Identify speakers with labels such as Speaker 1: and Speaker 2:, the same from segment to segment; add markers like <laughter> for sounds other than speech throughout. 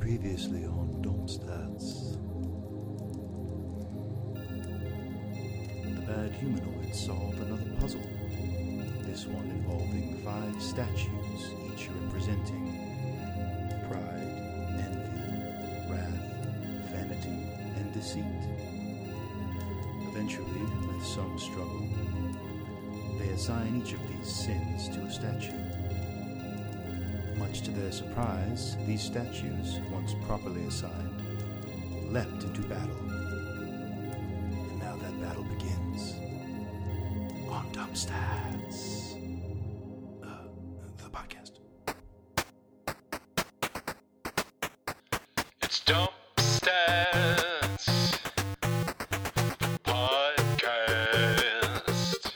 Speaker 1: previously on Domstats. The bad humanoids solve another puzzle, this one involving five statues, each representing pride, envy, wrath, vanity, and deceit. Eventually, with some struggle, they assign each of these sins to a statue. Much to their surprise, these statues, once properly assigned, leapt into battle. And now that battle begins. On Dumpstats. Uh, the podcast.
Speaker 2: It's Dump Stats Podcast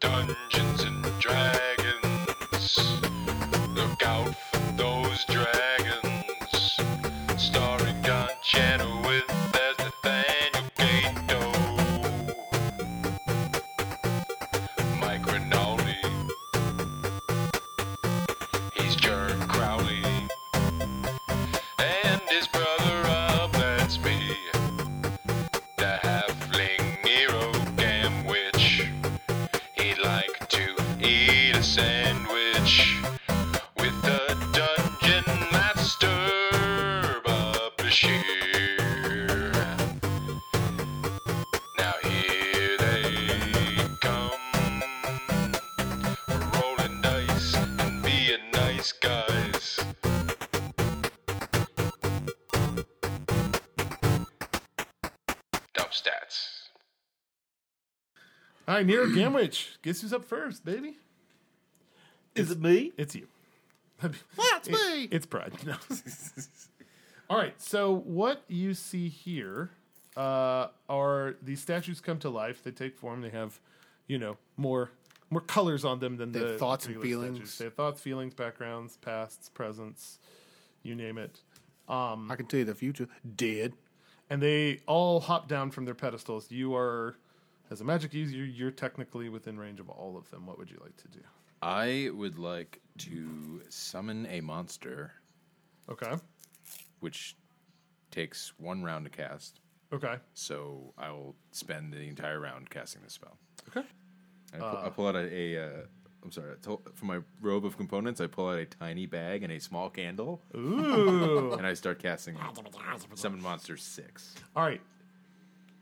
Speaker 2: Dungeons and Dragons. Look out for those dragons. Starring John Chenoweth as Nathaniel Gato. Mike Rinaldi. He's Jerk Crowley and his brother Rob, that's me. The halfling Nero Gamwich. He'd like to eat a sandwich with the dungeon master, Bob Bashir. Now here they come. We're rolling dice and being nice guys. Dump stats.
Speaker 3: All right, Nero Gamwich. Guess who's up first, baby?
Speaker 4: Is it me?
Speaker 3: It's you. <laughs>
Speaker 4: That's
Speaker 3: It- it's Pride. <laughs> No. All right. So what you see here uh, are these statues come to life. They take form. They have, you know, more more colors on them than
Speaker 5: They
Speaker 3: the
Speaker 5: have thoughts and
Speaker 3: regular
Speaker 5: feelings.
Speaker 3: They have thoughts, feelings, backgrounds, pasts, presents, you name it.
Speaker 5: I can tell you the future. Dead.
Speaker 3: and they all hop down from their pedestals. You are, as a magic user, you're technically within range of all of them. What would you like to do?
Speaker 6: I would like to summon a monster,
Speaker 3: Okay.
Speaker 6: which takes one round to cast.
Speaker 3: Okay.
Speaker 6: So I will spend the entire round casting this spell.
Speaker 3: Okay.
Speaker 6: I pull, I pull out a. a uh, I'm sorry. I tol- from my robe of components, I pull out a tiny bag and a small candle,
Speaker 3: Ooh.
Speaker 6: and I start casting summon monster six.
Speaker 3: all right.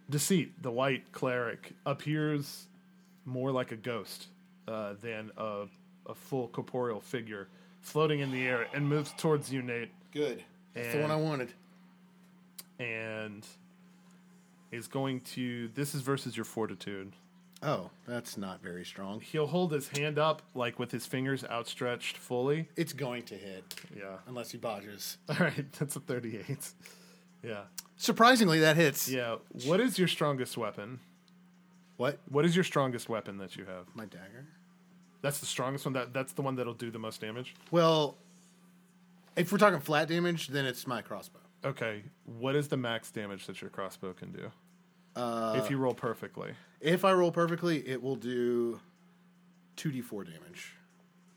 Speaker 3: Deceit, the white cleric, appears more like a ghost uh, than a, a full corporeal figure floating in the air and moves towards you, Nate.
Speaker 5: Good. That's the
Speaker 3: And-
Speaker 5: one I wanted.
Speaker 3: And is going to. This is versus your fortitude.
Speaker 5: Oh, that's not very strong.
Speaker 3: He'll hold his hand up, like with his fingers outstretched fully.
Speaker 5: It's going to hit
Speaker 3: Yeah.
Speaker 5: unless he bodges.
Speaker 3: <laughs> All right, that's a 38. Yeah.
Speaker 5: Surprisingly, that hits.
Speaker 3: Yeah. What is your strongest weapon?
Speaker 5: What?
Speaker 3: What is your strongest weapon that you have?
Speaker 5: My dagger.
Speaker 3: That's the strongest one. That that's the one that'll do the most damage.
Speaker 5: Well, if we're talking flat damage, then it's my crossbow.
Speaker 3: Okay. What is the max damage that your crossbow can do? Uh, if you roll perfectly.
Speaker 5: If I roll perfectly, it will do two d four damage.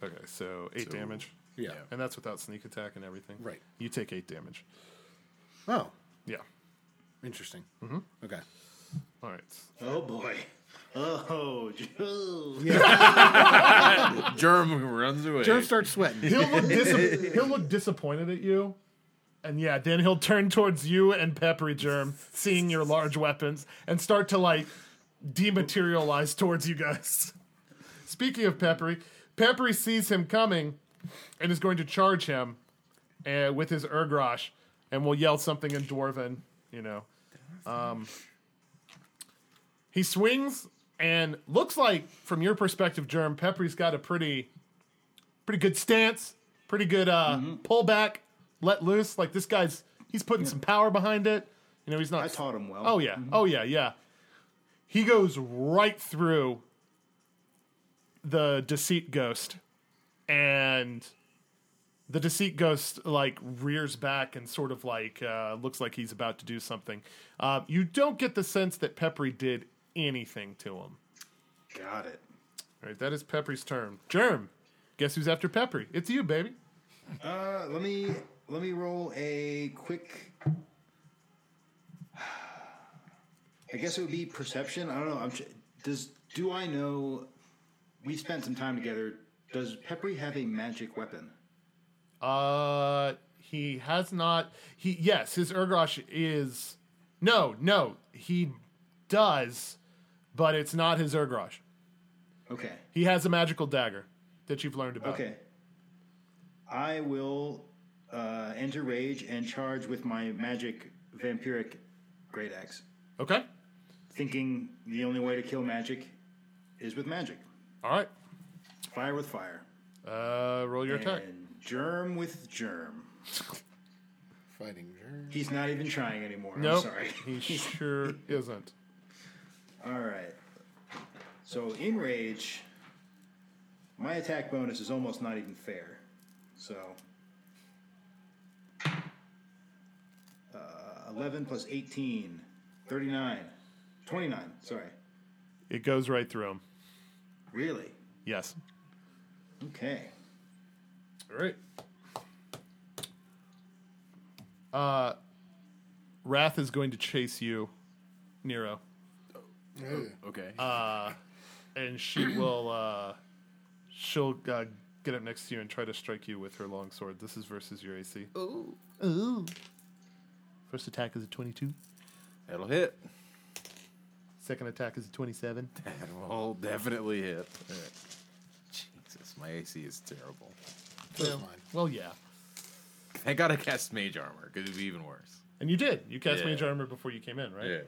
Speaker 3: Okay, so 8 damage.
Speaker 5: Yeah.
Speaker 3: And that's without sneak attack and everything.
Speaker 5: Right.
Speaker 3: You take 8 damage.
Speaker 5: Oh,
Speaker 3: Yeah.
Speaker 5: interesting. Mm-hmm. Okay.
Speaker 3: All right.
Speaker 4: Oh boy. Oh, Joe.
Speaker 6: Germ runs away.
Speaker 5: Jerm starts <laughs> sweating.
Speaker 3: He'll look, dis- he'll look disappointed at you. And yeah, then he'll turn towards you and Peppery Germ, seeing your large weapons, and start to like dematerialize towards you guys. Speaking of Peppery, Peppery sees him coming and is going to charge him uh, with his Urgrosh and will yell something in Dwarven, you know. Um, he swings and looks like, from your perspective, Germ, Peppery's got a pretty pretty good stance, pretty good uh,
Speaker 4: Mm-hmm.
Speaker 3: pullback, let loose. Like this guy's, he's putting some power behind it. You know, he's not.
Speaker 4: I taught him well. Mm-hmm.
Speaker 3: Oh yeah, oh yeah, yeah. He goes right through the deceit ghost, and the deceit ghost like rears back and sort of like uh, looks like he's about to do something. Uh, you don't get the sense that Peppery did anything to him.
Speaker 4: Got it.
Speaker 3: All right, that is Peppery's turn. Germ, guess who's after Peppery? It's you, baby.
Speaker 4: Uh, let me
Speaker 7: Let me roll a quick. I guess it would be perception. I don't know. I'm ch- does do I know? We spent some time together. Does Peppery have a magic weapon?
Speaker 3: Uh, he has not. He yes, his Urgrosh is no, no. He does, but it's not his Urgrosh.
Speaker 7: Okay.
Speaker 3: He has a magical dagger that you've learned about.
Speaker 7: Okay. I will uh, enter rage and charge with my magic vampiric great axe,
Speaker 3: Okay.
Speaker 7: thinking the only way to kill magic is with magic.
Speaker 3: All right.
Speaker 7: Fire with fire.
Speaker 3: Uh, roll your attack.
Speaker 7: And germ with germ.
Speaker 5: Fighting germ.
Speaker 7: He's not even trying anymore.
Speaker 3: Nope.
Speaker 7: I'm sorry.
Speaker 3: He
Speaker 7: <laughs>
Speaker 3: sure isn't.
Speaker 7: All right. So in rage, my attack bonus is almost not even fair. So uh, 11 plus 18, 39, 29. Sorry.
Speaker 3: It goes right through him.
Speaker 7: Really?
Speaker 3: Yes.
Speaker 7: Okay.
Speaker 3: All right. Uh, Uh, Wrath is going to chase you, Nero,
Speaker 2: Okay.
Speaker 6: Uh,
Speaker 3: and she will. Uh, she'll uh, get up next to you and try to strike you with her long sword. This is versus your AC. Ooh. Ooh. First attack is a twenty-two.
Speaker 2: That'll hit.
Speaker 3: Second attack is a twenty-seven.
Speaker 2: That'll definitely hit. All right. Jesus, my AC is terrible.
Speaker 5: That's mine.
Speaker 3: Well, yeah.
Speaker 2: Thank God I cast Mage Armor because it'd be even worse.
Speaker 3: And you did. You cast
Speaker 2: Yeah.
Speaker 3: Mage Armor before you came in, right?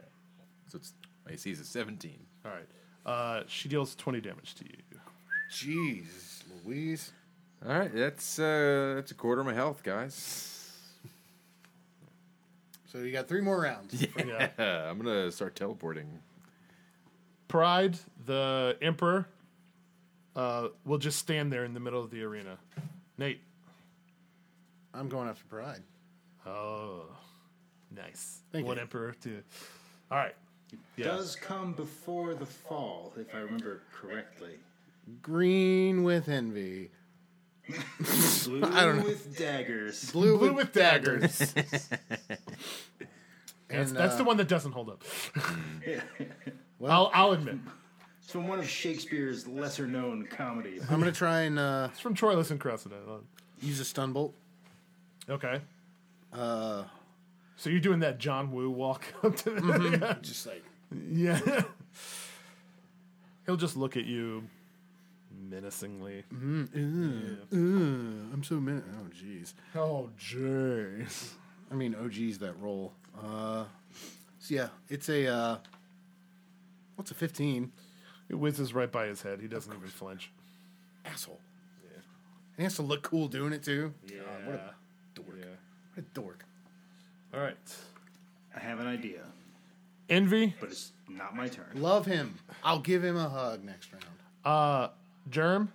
Speaker 2: So it's my AC is a 17.
Speaker 3: All right. Uh, she deals 20 damage to you.
Speaker 5: Jeez, Louise.
Speaker 2: All right, that's uh, that's a quarter of my health, guys.
Speaker 5: So you got three more rounds.
Speaker 3: Yeah.
Speaker 2: Uh, I'm gonna start teleporting.
Speaker 3: Pride, the Emperor, uh, will just stand there in the middle of the arena. Nate.
Speaker 5: I'm going after Pride.
Speaker 3: Oh, nice.
Speaker 5: Thank
Speaker 3: One
Speaker 5: you.
Speaker 3: Emperor, two. All right. Yeah.
Speaker 7: Does come before the fall, if I remember correctly.
Speaker 5: Green with envy.
Speaker 7: Blue
Speaker 5: don't know.
Speaker 7: with daggers.
Speaker 5: Blue,
Speaker 3: Blue
Speaker 5: with,
Speaker 3: with daggers. <laughs>
Speaker 5: and,
Speaker 3: That's
Speaker 5: uh,
Speaker 3: the one that doesn't hold up. I'll,
Speaker 5: Well-
Speaker 3: I'll admit.
Speaker 7: It's from one of Shakespeare's lesser known comedies.
Speaker 5: I'm gonna try and uh,
Speaker 3: It's from Troilus and Cressida.
Speaker 5: use a stun bolt.
Speaker 3: Okay. Uh, so you're doing that John Woo walk <laughs> up to the
Speaker 5: Just like
Speaker 3: Yeah. He'll just look at you menacingly.
Speaker 5: Uh, I'm so mad. Oh jeez.
Speaker 3: Oh, jeez.
Speaker 5: I mean, oh geez, that roll. Uh, so yeah, it's a uh, what's a 15?
Speaker 3: It whizzes right by his head. He doesn't even flinch.
Speaker 5: Asshole. Yeah. And he has to look cool doing it too.
Speaker 3: Yeah.
Speaker 5: God, what a dork. What a dork.
Speaker 3: All right.
Speaker 7: I have an idea,
Speaker 3: Envy,
Speaker 7: but it's not my turn.
Speaker 5: Love him. I'll give him a hug next round.
Speaker 3: Germ,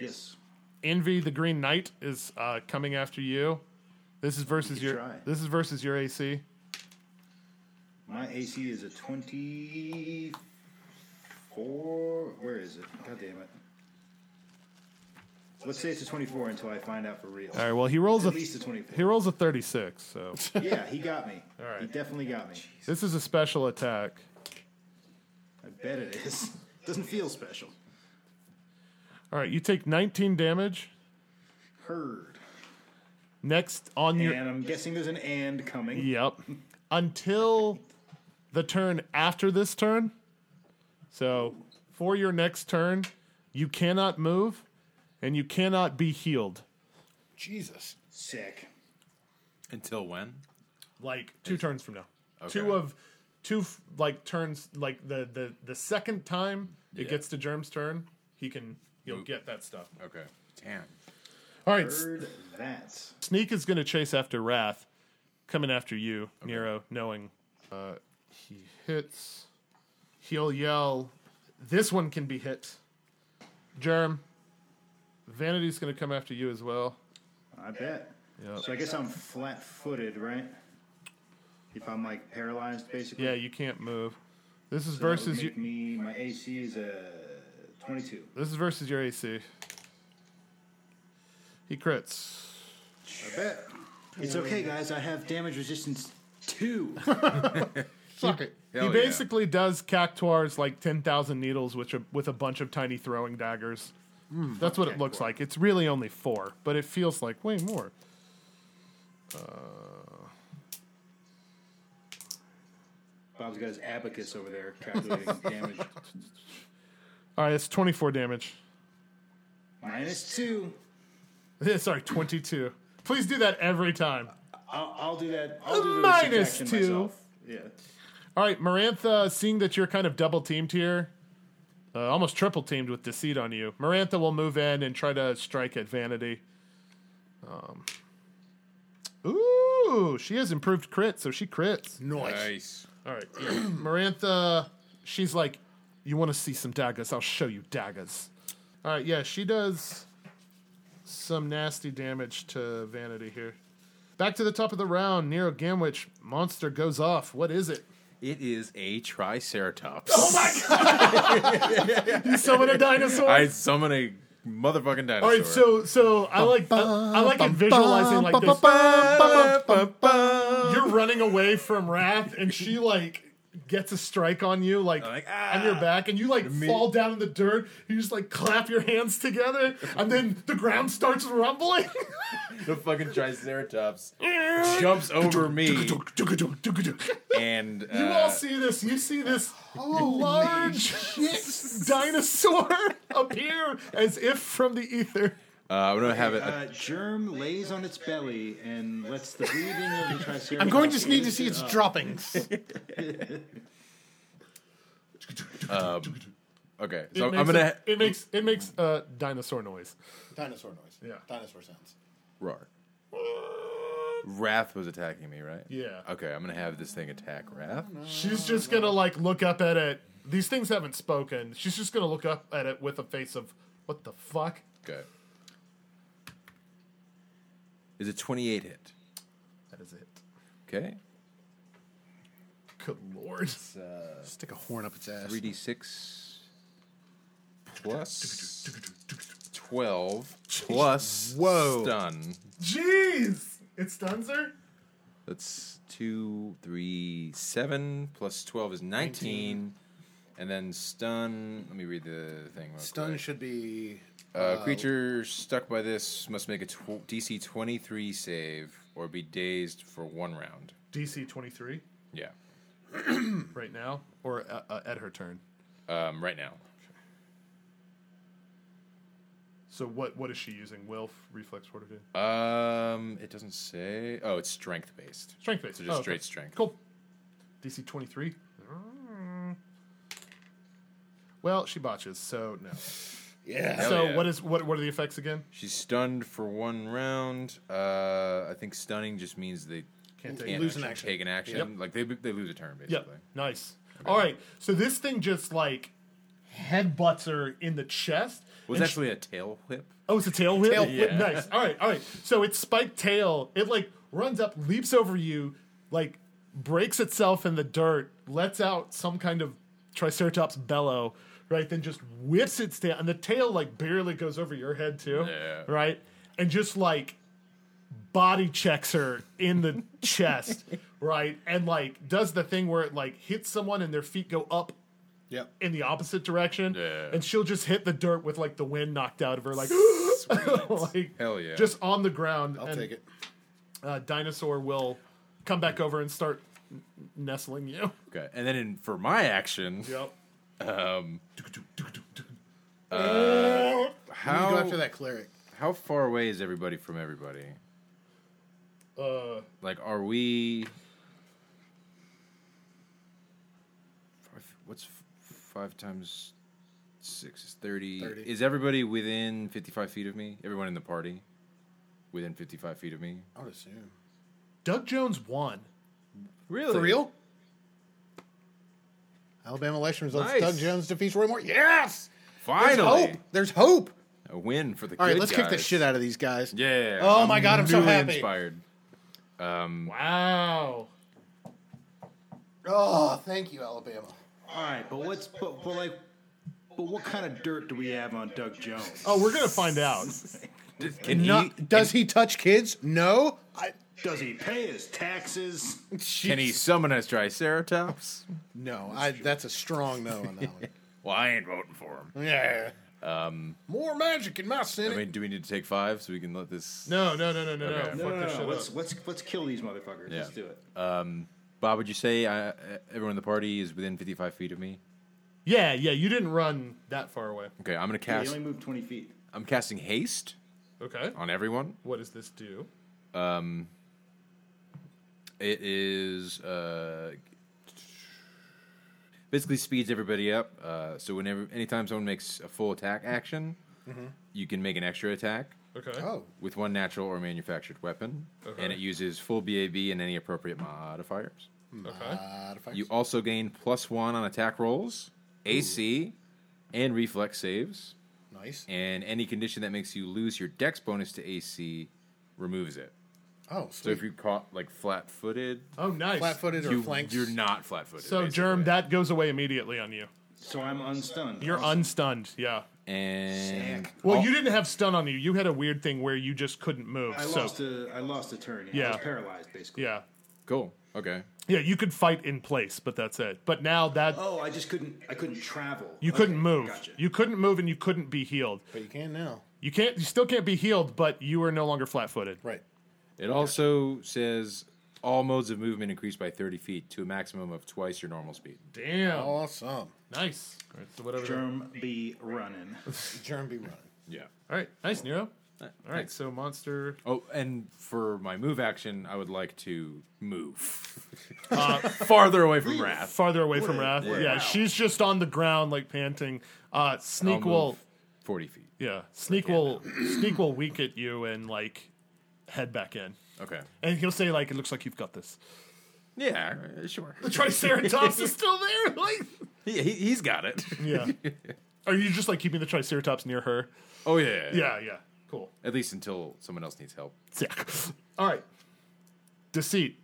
Speaker 7: Yes.
Speaker 3: Envy, the Green Knight is uh, coming after you. This is versus
Speaker 7: You
Speaker 3: your.
Speaker 7: could try.
Speaker 3: This is versus your AC.
Speaker 7: My AC is a 24. Where is it? God damn it. Let's say it's a 24 until I find out for real.
Speaker 3: All right. Well, he rolls
Speaker 7: It's
Speaker 3: a.
Speaker 7: at least a 24.
Speaker 3: He rolls a thirty-six. So
Speaker 7: <laughs> Yeah, he got me.
Speaker 3: All right.
Speaker 7: He definitely got me.
Speaker 3: this is a special attack.
Speaker 7: I bet it is. <laughs> Doesn't feel special.
Speaker 3: All right. You take nineteen damage.
Speaker 7: Heard.
Speaker 3: Next on your
Speaker 7: And I'm guessing there's an and coming.
Speaker 3: Yep. Until the turn after this turn. So for your next turn, you cannot move and you cannot be healed.
Speaker 5: Jesus.
Speaker 7: Sick.
Speaker 2: Until when?
Speaker 3: Like two turns from now. Two
Speaker 2: Okay.
Speaker 3: of two f- like turns like the the the second time it
Speaker 2: Yeah.
Speaker 3: gets to Germ's turn, he can he'll
Speaker 2: Oop.
Speaker 3: get that stuff.
Speaker 2: Okay. Damn.
Speaker 3: All right,
Speaker 7: Heard that.
Speaker 3: Sneak is going to chase after Wrath, coming after you, Nero, knowing uh, he hits. He'll yell, This one can be hit. Germ, Vanity's going to come after you as well.
Speaker 7: I bet.
Speaker 3: Yep.
Speaker 7: So I guess I'm flat footed, right? If I'm like paralyzed, basically.
Speaker 3: Yeah, you can't move. This is
Speaker 7: So that would
Speaker 3: versus you.
Speaker 7: make me my AC is uh, a 22.
Speaker 3: This is versus your AC. He crits.
Speaker 5: I bet.
Speaker 7: It's okay, guys. I have damage resistance two.
Speaker 3: Fuck it.
Speaker 6: Hell
Speaker 3: he
Speaker 6: yeah.
Speaker 3: basically does Cactuar's like ten thousand needles, which are, with a bunch of tiny throwing daggers.
Speaker 6: Hmm,
Speaker 3: That's what it looks like. It's really only four, but it feels like way more.
Speaker 7: <laughs> Bob's got his abacus over there calculating damage.
Speaker 3: All right, it's twenty four damage. <laughs>
Speaker 7: Minus two.
Speaker 3: Sorry, twenty two. Please do that every time.
Speaker 7: I'll, I'll do that. I'll do the
Speaker 3: Minus
Speaker 7: subtraction
Speaker 3: two.
Speaker 7: Myself. Yeah.
Speaker 3: All right, Marantha, seeing that you're kind of double teamed here, uh, almost triple teamed with deceit on you, Marantha will move in and try to strike at Vanity. Um, ooh, she has improved crit, so she crits.
Speaker 6: Nice.
Speaker 3: All right, <clears throat> yeah. Marantha, she's like, you want to see some daggers? I'll show you daggers. All right, yeah, she does some nasty damage to Vanity here. Back to the top of the round, Nero Gamwich monster goes off. What is it?
Speaker 6: It is a triceratops.
Speaker 3: <laughs> Oh Summon a dinosaur.
Speaker 6: I summon a motherfucking dinosaur.
Speaker 3: All right, so so I like I, I like it visualizing like this. You're running away from Wrath, and she like gets a strike on you, like,
Speaker 6: like, ah.
Speaker 3: on your back, and you like fall down in the dirt. You just like clap your hands together, and then the ground starts rumbling.
Speaker 6: the fucking triceratops
Speaker 3: <laughs>
Speaker 6: jumps over me and
Speaker 3: you
Speaker 6: uh,
Speaker 3: all see this. You see this large dinosaur <laughs> appear as if from the ether.
Speaker 6: uh, I'm gonna have it.
Speaker 7: Uh, germ lays on its belly and lets the breathing of the triceratops.
Speaker 5: I'm going to need to see its droppings.
Speaker 6: okay,
Speaker 3: It
Speaker 6: so I'm
Speaker 3: makes
Speaker 6: gonna
Speaker 3: a- it makes it makes uh, dinosaur noise.
Speaker 5: Dinosaur noise.
Speaker 3: Yeah.
Speaker 5: Dinosaur sounds.
Speaker 6: roar. Wrath was attacking me, right?
Speaker 3: Yeah.
Speaker 6: Okay, I'm gonna have this thing attack Wrath.
Speaker 3: She's just gonna like look up at it. These things haven't spoken. She's just gonna look up at it with a face of what the fuck?
Speaker 6: Okay. Is it 28 hit?
Speaker 3: That is it.
Speaker 6: Okay.
Speaker 3: Good lord.
Speaker 5: Stick a horn up its ass.
Speaker 6: 3d6 plus 12 plus
Speaker 5: Whoa.
Speaker 6: stun.
Speaker 3: Jeez! It stuns her?
Speaker 6: That's 2, 3, 7 plus 12 is 19. And then stun. Let me read the thing. Real
Speaker 5: Stun
Speaker 6: quick.
Speaker 5: should be.
Speaker 6: Uh, creature stuck by this must make a tw- DC 23 save or be dazed for one round.
Speaker 3: DC 23
Speaker 6: Yeah.
Speaker 3: <clears throat> right now, or uh, uh, at her turn.
Speaker 6: Um, right now.
Speaker 3: So what what is she using? Will, reflex, fortitude?
Speaker 6: Uh, Um, it doesn't say. Oh, it's strength based.
Speaker 3: Strength based.
Speaker 6: So just straight strength.
Speaker 3: Cool. DC 23. Well, she botches, so no.
Speaker 5: Yeah.
Speaker 6: Hell
Speaker 3: so
Speaker 6: yeah.
Speaker 3: what is what what are the effects again?
Speaker 6: She's stunned for one round. Uh, I think stunning just means they
Speaker 3: Can't take
Speaker 6: can't
Speaker 5: Lose an
Speaker 6: actually
Speaker 5: action.
Speaker 6: take an action. Like they they lose a turn
Speaker 3: Yeah,
Speaker 6: basically.
Speaker 3: nice. All right, so this thing just like headbutts her in the chest.
Speaker 6: Was
Speaker 3: and
Speaker 6: actually a tail whip.
Speaker 3: she- oh, it's a tail whip.
Speaker 5: Tail
Speaker 6: whip. Yeah.
Speaker 3: Nice. All right, all right. So its spiked tail, it like runs up, leaps over you, like breaks itself in the dirt, lets out some kind of triceratops bellow, right? Then just whips its tail, and the tail like barely goes over your head too,
Speaker 6: Yeah.
Speaker 3: right? And just like body checks her in the <laughs> chest, right? And like does the thing where it like hits someone and their feet go up
Speaker 5: Yep.
Speaker 3: in the opposite direction.
Speaker 6: Yeah.
Speaker 3: And she'll just hit the dirt with like the wind knocked out of her,
Speaker 6: <gasps>
Speaker 3: like, <laughs> like
Speaker 6: Hell yeah.
Speaker 3: just on the ground.
Speaker 5: I'll
Speaker 3: and,
Speaker 5: take it.
Speaker 3: Uh, dinosaur will come back over and start n- nestling you.
Speaker 6: Okay. And then in, for my action,
Speaker 3: Yep.
Speaker 5: How... go
Speaker 6: how
Speaker 5: after that cleric.
Speaker 6: how far away is everybody from everybody?
Speaker 3: Uh,
Speaker 6: Like, are we? five- What's f- five times six is 30.
Speaker 5: 30.
Speaker 6: Is everybody within fifty-five feet of me? Everyone in the party within fifty-five feet of me?
Speaker 5: I would assume.
Speaker 3: Doug Jones won.
Speaker 6: Really?
Speaker 5: For real? Alabama election results.
Speaker 6: Nice.
Speaker 5: Doug Jones defeats Roy Moore. Yes! There's hope.
Speaker 6: Finally,
Speaker 5: There's hope.
Speaker 6: a win for the.
Speaker 5: All right,
Speaker 6: good
Speaker 5: let's kick the
Speaker 6: guys.
Speaker 5: shit out of these guys.
Speaker 6: Yeah.
Speaker 5: Oh my God, I'm so
Speaker 6: newly
Speaker 5: happy.
Speaker 6: Inspired.
Speaker 3: Wow.
Speaker 5: Oh, thank you, Alabama.
Speaker 7: All right, but what's but, but like, but what kind of dirt do we have on Doug Jones?
Speaker 5: <laughs>
Speaker 3: Oh, we're gonna find out.
Speaker 6: Can
Speaker 5: Not-
Speaker 6: he?
Speaker 5: does he touch kids? No. I,
Speaker 7: Does he pay his taxes?
Speaker 6: Can he summon a Triceratops?
Speaker 5: no, I, that's a strong no on that one.
Speaker 6: Well, I ain't voting for him. <laughs>
Speaker 5: Yeah. Um, More magic in my
Speaker 6: I
Speaker 5: Senate.
Speaker 6: mean, do we need to take five so we can let this?
Speaker 3: No, no, no, no, no,
Speaker 6: Okay.
Speaker 3: no.
Speaker 7: No,
Speaker 3: Fuck
Speaker 7: no,
Speaker 3: this
Speaker 7: no. no.
Speaker 3: shit
Speaker 7: Uh, Let's
Speaker 3: up.
Speaker 7: let's let's kill these motherfuckers.
Speaker 6: Yeah.
Speaker 7: Let's do it.
Speaker 6: Bob, would you say I, everyone in the party is within 55 feet of me?
Speaker 3: Yeah, yeah. You didn't run that far away.
Speaker 6: Okay, I'm gonna
Speaker 7: He
Speaker 6: cast.
Speaker 7: only moved twenty feet.
Speaker 6: I'm casting haste
Speaker 3: Okay.
Speaker 6: on everyone.
Speaker 3: What does this do?
Speaker 6: It is uh, basically speeds everybody up. Uh, so whenever, anytime someone makes a full attack action, you can make an extra attack
Speaker 3: Okay.
Speaker 5: oh,
Speaker 6: with one natural or manufactured weapon, and
Speaker 3: Okay.
Speaker 6: it uses full BAB and any appropriate modifiers.
Speaker 3: Okay.
Speaker 5: modifiers.
Speaker 6: You also gain plus one on attack rolls, AC, and reflex saves,
Speaker 5: nice.
Speaker 6: and any condition that makes you lose your Dex bonus to AC removes it.
Speaker 5: Oh,
Speaker 6: So
Speaker 5: sweet.
Speaker 6: if you're caught like flat-footed,
Speaker 3: Oh, nice.
Speaker 5: flat-footed or
Speaker 6: you,
Speaker 5: flanks.
Speaker 6: you're not flat-footed.
Speaker 3: So,
Speaker 6: basically.
Speaker 3: Germ, that goes away immediately on you.
Speaker 7: So I'm unstunned.
Speaker 3: You're
Speaker 7: Awesome.
Speaker 3: unstunned. Yeah.
Speaker 6: and
Speaker 3: Well,
Speaker 6: Oh,
Speaker 3: you didn't have stun on you. You had a weird thing where you just couldn't move.
Speaker 7: I
Speaker 3: so,
Speaker 7: lost a I lost a turn. Yeah. I
Speaker 3: Yeah.
Speaker 7: was paralyzed basically.
Speaker 3: yeah.
Speaker 6: cool. Okay,
Speaker 3: Yeah, you could fight in place, but that's it. But now that
Speaker 7: Oh, I just couldn't I couldn't travel.
Speaker 3: you
Speaker 7: Okay,
Speaker 3: couldn't move.
Speaker 7: Gotcha.
Speaker 3: You couldn't move and you couldn't be healed.
Speaker 5: but you can now.
Speaker 3: You can't you still can't be healed, but you are no longer flat footed.
Speaker 5: Right.
Speaker 6: it also says all modes of movement increase by 30 feet to a maximum of twice your normal speed.
Speaker 3: Damn.
Speaker 5: Awesome.
Speaker 3: Oh. Nice. All right, so whatever.
Speaker 7: Germ be running.
Speaker 5: Germ be running.
Speaker 6: Yeah.
Speaker 3: All right. Nice, Nero.
Speaker 7: Uh,
Speaker 3: All right, so monster
Speaker 6: Oh, and for my move action, I would like to move
Speaker 3: <laughs> Uh,
Speaker 6: <laughs> farther away from Wrath.
Speaker 3: farther away from Wrath. Yeah,
Speaker 6: wow.
Speaker 3: she's just on the ground like panting. Uh
Speaker 6: I'll
Speaker 3: Sneak
Speaker 6: move
Speaker 3: will
Speaker 6: 40 feet.
Speaker 3: yeah, Sneak will Sneak will wink at you and like head back in.
Speaker 6: Okay.
Speaker 3: And he'll say like it looks like you've got this.
Speaker 6: Yeah, uh, <laughs> sure.
Speaker 3: The Triceratops is still there. Like
Speaker 6: He, he, he's got <laughs> it.
Speaker 3: Yeah. Are you just like keeping the Triceratops near her?
Speaker 6: Oh, yeah.
Speaker 3: Yeah, yeah. Cool.
Speaker 6: At least until someone else needs help.
Speaker 3: Sick. All right. Deceit.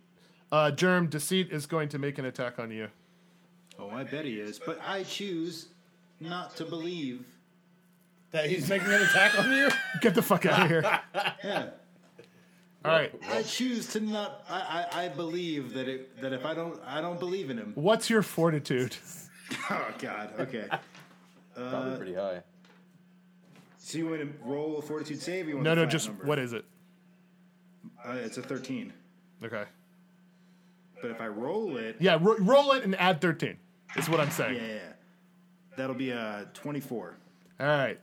Speaker 3: Uh, Germ, Deceit is going to make an attack on you.
Speaker 7: Oh, I bet he is. But I choose not to believe.
Speaker 5: That he's making an attack on you?
Speaker 3: <laughs> Get the fuck out of here.
Speaker 7: Yeah.
Speaker 3: <laughs> All right.
Speaker 7: I choose to not. I, I, I believe that it that if I don't I don't believe in him. <laughs>
Speaker 3: What's your fortitude?
Speaker 7: Oh God. Okay.
Speaker 6: Probably pretty high.
Speaker 7: So you want to roll a fortitude save? or You want
Speaker 3: No,
Speaker 7: a
Speaker 3: no,
Speaker 7: flat
Speaker 3: just
Speaker 7: number?
Speaker 3: what is it?
Speaker 7: Uh, it's a thirteen.
Speaker 3: Okay.
Speaker 7: But if I roll it,
Speaker 3: Yeah, ro- roll it and add 13, is what I'm saying.
Speaker 7: yeah, that'll be a twenty-four.
Speaker 3: All right.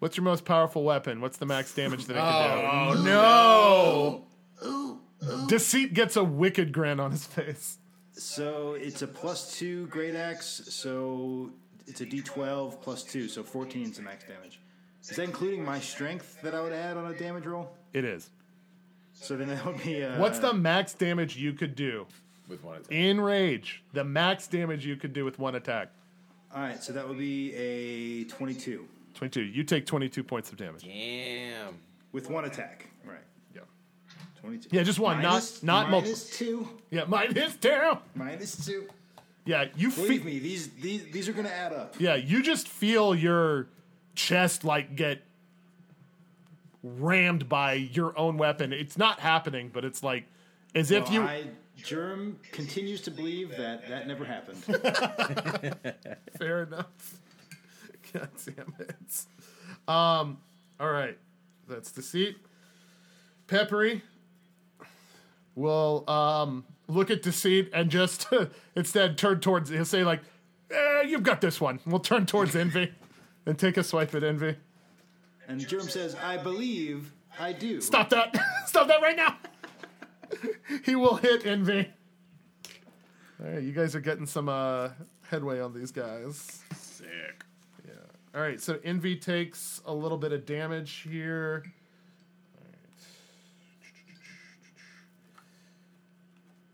Speaker 3: What's your most powerful weapon? What's the max damage that it can do? Oh, no. Deceit gets a wicked grin on his face.
Speaker 7: So it's a plus two great axe. So it's a D twelve plus two. So fourteen is the max damage. Is that including my strength that I would add on a damage roll?
Speaker 3: It is.
Speaker 7: So then that would be. Uh,
Speaker 3: What's the max damage you could do
Speaker 6: With one attack.
Speaker 3: in rage? The max damage you could do with one attack.
Speaker 7: All right. So that would be a twenty-two
Speaker 3: 22. You take 22 points of damage.
Speaker 6: Damn.
Speaker 7: with one attack. Right.
Speaker 3: Yeah.
Speaker 7: Twenty-two.
Speaker 3: Yeah, just one, not-
Speaker 7: Minus-
Speaker 3: not multiple.
Speaker 7: minus two.
Speaker 3: Yeah, mine is down.
Speaker 7: Minus two.
Speaker 3: Yeah, you
Speaker 7: Believe
Speaker 3: feel.
Speaker 7: me, these these these are gonna add up.
Speaker 3: Yeah, you just feel your chest like get rammed by your own weapon. It's not happening, but it's like as if
Speaker 7: Well,
Speaker 3: you.
Speaker 7: I, Germ continues to believe that that never happened.
Speaker 3: Fair enough. <laughs> God damn it. Um. All right, that's deceit. Peppery will um look at deceit and just <laughs> instead turn towards. He'll say like, eh, "You've got this one." We'll turn towards envy and take a swipe at envy.
Speaker 7: and Germ says, "I believe I do."
Speaker 3: Stop that! <laughs> Stop that right now! he will hit envy. All right, you guys are getting some uh, headway on these guys.
Speaker 6: Sick.
Speaker 3: All right, so Envy takes a little bit of damage here. All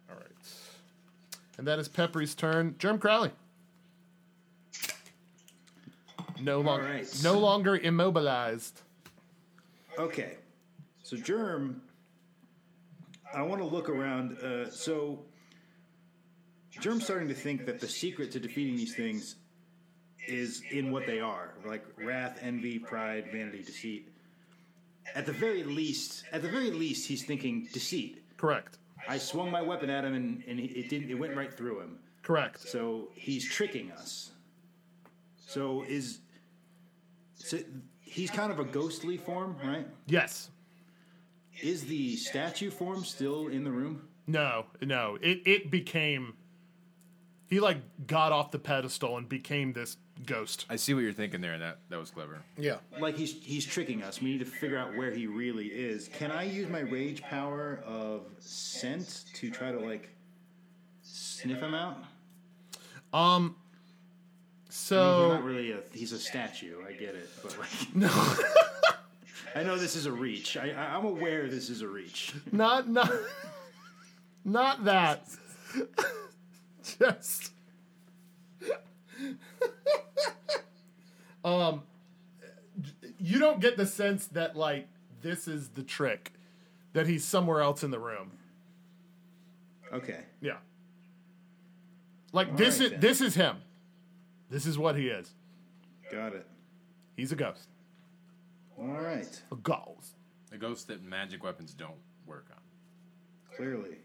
Speaker 3: right. All right. And that is Peppery's turn. Germ Crowley. No longer
Speaker 7: right.
Speaker 3: no longer immobilized.
Speaker 7: Okay, so Germ, I want to look around. Uh, so Germ's starting to think that the secret to defeating these things is in what they are, like wrath, envy, pride, vanity, deceit. At the very least, at the very least, he's thinking deceit.
Speaker 3: Correct.
Speaker 7: I swung my weapon at him, and, and it didn't. It went right through him.
Speaker 3: Correct.
Speaker 7: So he's tricking us. So is so he's kind of a ghostly form, right?
Speaker 3: Yes.
Speaker 7: Is the statue form still in the room?
Speaker 3: No, no. It it became he like got off the pedestal and became this ghost.
Speaker 6: I see what you're thinking there, and that, that was clever.
Speaker 5: Yeah.
Speaker 7: Like he's he's tricking us. We need to figure out where he really is. Can I use my rage power of scent to try to like sniff him out?
Speaker 3: Um
Speaker 7: He's
Speaker 3: so
Speaker 7: not really a he's a statue. I get it, but like no. <laughs> I know this is a reach. I, I, I'm aware this is a reach.
Speaker 3: not not not that. Just um you don't get the sense that like this is the trick that he's somewhere else in the room.
Speaker 7: Okay.
Speaker 3: Yeah. Like this
Speaker 7: right,
Speaker 3: is
Speaker 7: then.
Speaker 3: this is him. This is what he is.
Speaker 7: Got it.
Speaker 3: He's a ghost.
Speaker 7: All right.
Speaker 3: A ghost.
Speaker 6: A ghost that magic weapons don't work on.
Speaker 7: Clearly.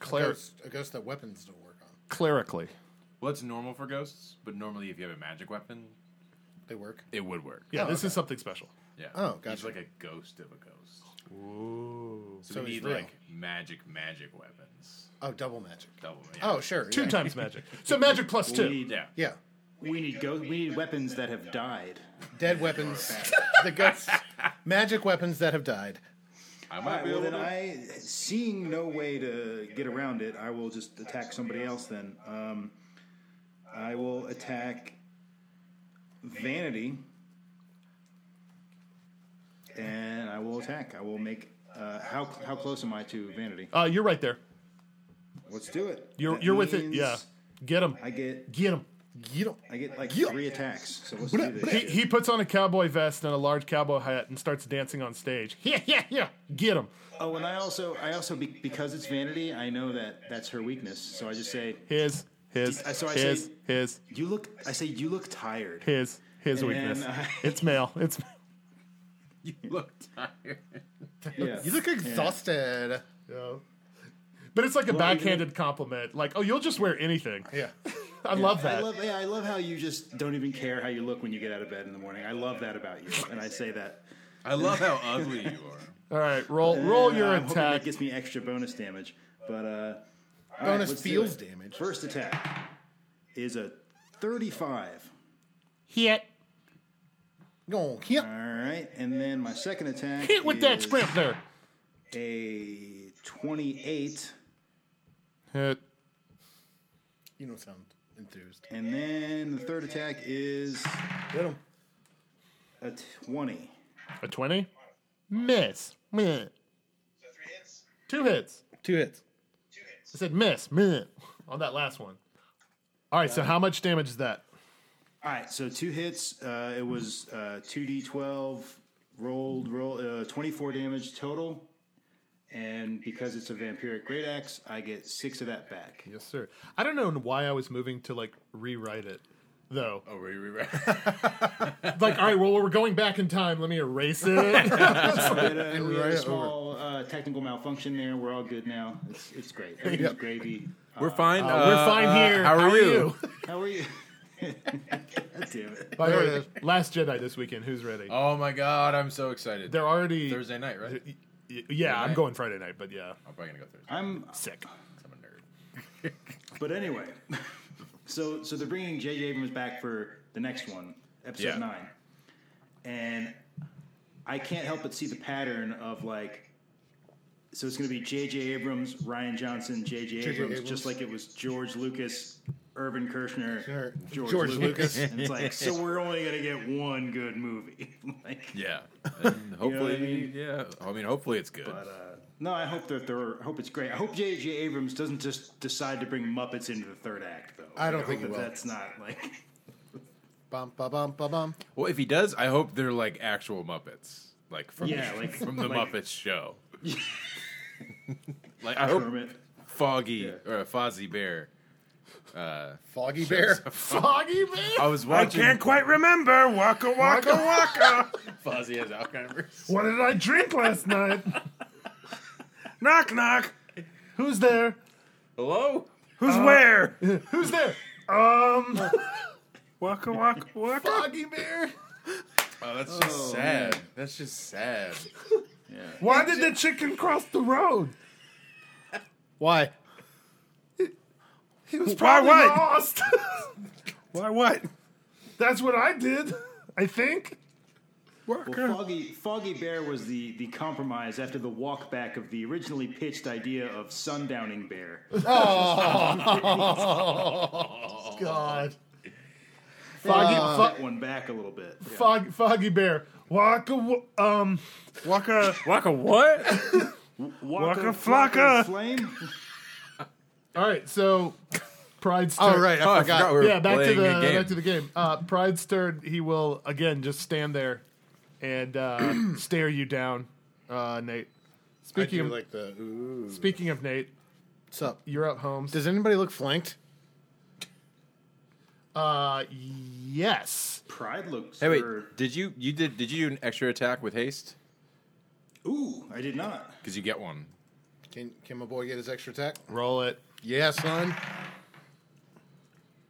Speaker 3: Cler-
Speaker 5: Ghost, a ghost that weapons don't work on.
Speaker 3: clerically.
Speaker 6: Well, it's normal for ghosts, but normally if you have a magic weapon,
Speaker 5: They work.
Speaker 6: it would work.
Speaker 3: Yeah, this is something special.
Speaker 6: Yeah.
Speaker 5: Oh,
Speaker 6: He's
Speaker 5: gotcha.
Speaker 6: like a ghost of a ghost. Ooh. So,
Speaker 5: So
Speaker 6: we
Speaker 5: he's
Speaker 6: need
Speaker 5: real.
Speaker 6: like magic, magic weapons.
Speaker 5: Oh, double magic.
Speaker 6: Double. Yeah.
Speaker 5: Oh, sure.
Speaker 3: Two
Speaker 5: yeah.
Speaker 3: times magic. So magic plus
Speaker 7: We
Speaker 3: two.
Speaker 7: need,
Speaker 6: Yeah.
Speaker 5: Yeah.
Speaker 7: we need go. We need weapons that have died.
Speaker 5: Dead weapons. the ghosts. Magic weapons that have died.
Speaker 6: I might be
Speaker 7: well,
Speaker 6: able
Speaker 7: then
Speaker 6: to.
Speaker 7: I, seeing no way to get around it, I will just attack somebody else. Then um, I will attack Vanity, and I will attack. I will make. Uh, how how close am I to Vanity?
Speaker 3: Uh, you're right there.
Speaker 7: Let's do it.
Speaker 3: You're
Speaker 7: That
Speaker 3: you're with it.
Speaker 7: means
Speaker 3: Yeah. Get him.
Speaker 7: I get
Speaker 3: Get him.
Speaker 5: You don't.
Speaker 7: I get like
Speaker 5: Yeah.
Speaker 7: three attacks. So let's do this.
Speaker 3: He,
Speaker 7: shit.
Speaker 3: he puts on a cowboy vest and a large cowboy hat and starts dancing on stage. <laughs> Yeah, yeah, yeah. Get him.
Speaker 7: Oh, and I also I also be, because it's Vanity, I know that that's her weakness. So I just say.
Speaker 3: His, his,
Speaker 7: I- Uh, so I
Speaker 3: his,
Speaker 7: say-
Speaker 3: his,
Speaker 7: You look. I say you look tired.
Speaker 3: his, his
Speaker 7: And
Speaker 3: weakness.
Speaker 7: then uh, <laughs> I-
Speaker 3: It's male. It's
Speaker 6: You look tired.
Speaker 7: Yeah.
Speaker 5: You look exhausted.
Speaker 3: but it's like a
Speaker 7: Well, you-
Speaker 3: backhanded compliment. Like, oh, you'll just wear anything.
Speaker 5: Yeah.
Speaker 3: <laughs> I love
Speaker 7: I
Speaker 3: that.
Speaker 7: love. Yeah, I love how you just don't even care how you look when you get out of bed in the morning. I love that about you, and I say that.
Speaker 3: <laughs>
Speaker 6: I love how ugly you are.
Speaker 3: All right, roll roll
Speaker 7: And
Speaker 3: your
Speaker 7: Uh, I'm hoping
Speaker 3: attack.
Speaker 7: That gets me extra bonus damage, but uh, all
Speaker 5: Bonus
Speaker 7: let's do
Speaker 5: feels
Speaker 7: it.
Speaker 5: damage.
Speaker 7: First attack is a thirty-five.
Speaker 3: Hit.
Speaker 5: Go here.
Speaker 7: All right, and then my second attack
Speaker 3: Hit with that
Speaker 7: is
Speaker 3: scrimpler.
Speaker 7: A twenty-eight,
Speaker 3: Hit.
Speaker 5: You don't sound enthused.
Speaker 7: and then the third attack is
Speaker 5: Get him.
Speaker 7: a twenty.
Speaker 3: A 20? Miss. Meh. Two hits.
Speaker 5: Two hits.
Speaker 3: I said miss. Meh. On that last one. All right, so how much damage is that?
Speaker 7: All right, so two hits. Uh, it was two d twelve rolled roll uh, twenty four damage total, and because it's a vampiric great axe, I get six of that back.
Speaker 3: Yes, sir. I don't know why I was moving to like rewrite it. Though,
Speaker 6: <laughs> Oh, were you right?
Speaker 3: like, all right, well, we're going back in time. Let me erase <laughs> it. Uh,
Speaker 7: We had a, we had a
Speaker 5: Right
Speaker 7: small uh, technical malfunction there. We're all good now. It's it's great. Everything's gravy.
Speaker 6: We're fine.
Speaker 3: Uh,
Speaker 6: Uh,
Speaker 3: We're fine here.
Speaker 6: How are, you?
Speaker 7: How are you? <laughs> God damn it!
Speaker 3: By the
Speaker 5: There it
Speaker 3: way, Last Jedi this weekend. Who's ready?
Speaker 6: Oh my god, I'm so excited.
Speaker 3: Uh, They're already
Speaker 6: Thursday night, right?
Speaker 3: Y- y- Yeah, I'm
Speaker 6: night.
Speaker 3: going Friday night, but yeah,
Speaker 6: I'm probably gonna go Thursday.
Speaker 7: I'm
Speaker 3: sick.
Speaker 6: 'cause I'm a nerd.
Speaker 7: but anyway. <laughs> So so they're bringing J.J. Abrams back for the next one, episode
Speaker 6: Yeah.
Speaker 7: nine, and I can't help but see the pattern of like. So it's going to be J.J. Abrams, Ryan Johnson, J.J. Abrams,
Speaker 5: Abrams.
Speaker 7: just like it was George Lucas, Irvin Kershner,
Speaker 5: Sure.
Speaker 7: George,
Speaker 5: George
Speaker 7: Lucas. and <laughs> it's like, so we're only going to get one good movie. <laughs> like,
Speaker 6: Yeah. And <laughs> hopefully,
Speaker 7: I mean?
Speaker 6: yeah. I mean, hopefully it's good.
Speaker 7: but, uh, no, I hope that they're. I hope it's great. I hope J.J. Abrams doesn't just decide to bring Muppets into the third act, though.
Speaker 5: I don't
Speaker 7: hope
Speaker 5: think he
Speaker 7: that
Speaker 5: will.
Speaker 7: that's not like.
Speaker 5: Bum, ba, bum, ba, bum.
Speaker 6: well, if he does, I hope they're like actual Muppets, like from
Speaker 7: Yeah,
Speaker 6: the, <laughs>
Speaker 7: like-
Speaker 6: from the
Speaker 7: like-
Speaker 6: Muppets show. like I hope Oh.
Speaker 7: Kermit.
Speaker 6: Foggy or Fozzie Bear
Speaker 5: Foggy Bear. <laughs>
Speaker 3: Foggy Bear?
Speaker 6: I was watching.
Speaker 8: quite remember. Waka waka waka.
Speaker 6: Fozzie has Alzheimer's.
Speaker 3: What did I drink last night? <laughs>
Speaker 8: knock knock.
Speaker 3: Who's there?
Speaker 6: Hello.
Speaker 8: Who's where?
Speaker 3: Who's there?
Speaker 8: <laughs> Waka waka waka.
Speaker 3: Foggy Bear?
Speaker 6: Oh, that's just sad. That's just sad.
Speaker 3: Why did the chicken cross the road?
Speaker 5: Why?
Speaker 3: He was
Speaker 8: Why
Speaker 3: probably
Speaker 8: what?
Speaker 3: lost. <laughs>
Speaker 8: Why what?
Speaker 3: That's what I did, I think.
Speaker 8: Waka.
Speaker 7: Well, Foggy, Foggy Bear was the, the compromise after the walk back of the originally pitched idea of sundowning bear.
Speaker 3: God. Foggy,
Speaker 7: That one back a little bit.
Speaker 3: fo- fog, foggy Bear. Walk a, um,
Speaker 8: Waka
Speaker 6: Waka what?
Speaker 8: waka
Speaker 7: Flocka
Speaker 8: flocka.
Speaker 7: Flame?
Speaker 3: all right, so Pride's turn.
Speaker 5: Oh, right. I
Speaker 6: Oh, I
Speaker 5: forgot.
Speaker 6: forgot we were
Speaker 3: yeah, back to
Speaker 6: playing
Speaker 3: the
Speaker 6: a game.
Speaker 3: back to the game. Uh, Pride stirred. He will again just stand there and uh, <clears throat> stare you down, uh, Nate.
Speaker 5: I
Speaker 3: Speaking
Speaker 5: do
Speaker 3: of
Speaker 5: like the. Ooh.
Speaker 3: speaking of Nate,
Speaker 5: What's up?
Speaker 3: you're up, Holmes.
Speaker 5: Does anybody look flanked?
Speaker 3: Uh, yes.
Speaker 7: Pride looks.
Speaker 6: Hey, wait.
Speaker 7: or-
Speaker 6: Did you you did did you do an extra attack with haste?
Speaker 7: Ooh, I did not.
Speaker 6: Because you get one.
Speaker 5: Can can my boy get his extra attack?
Speaker 3: Roll it.
Speaker 5: Yeah, son.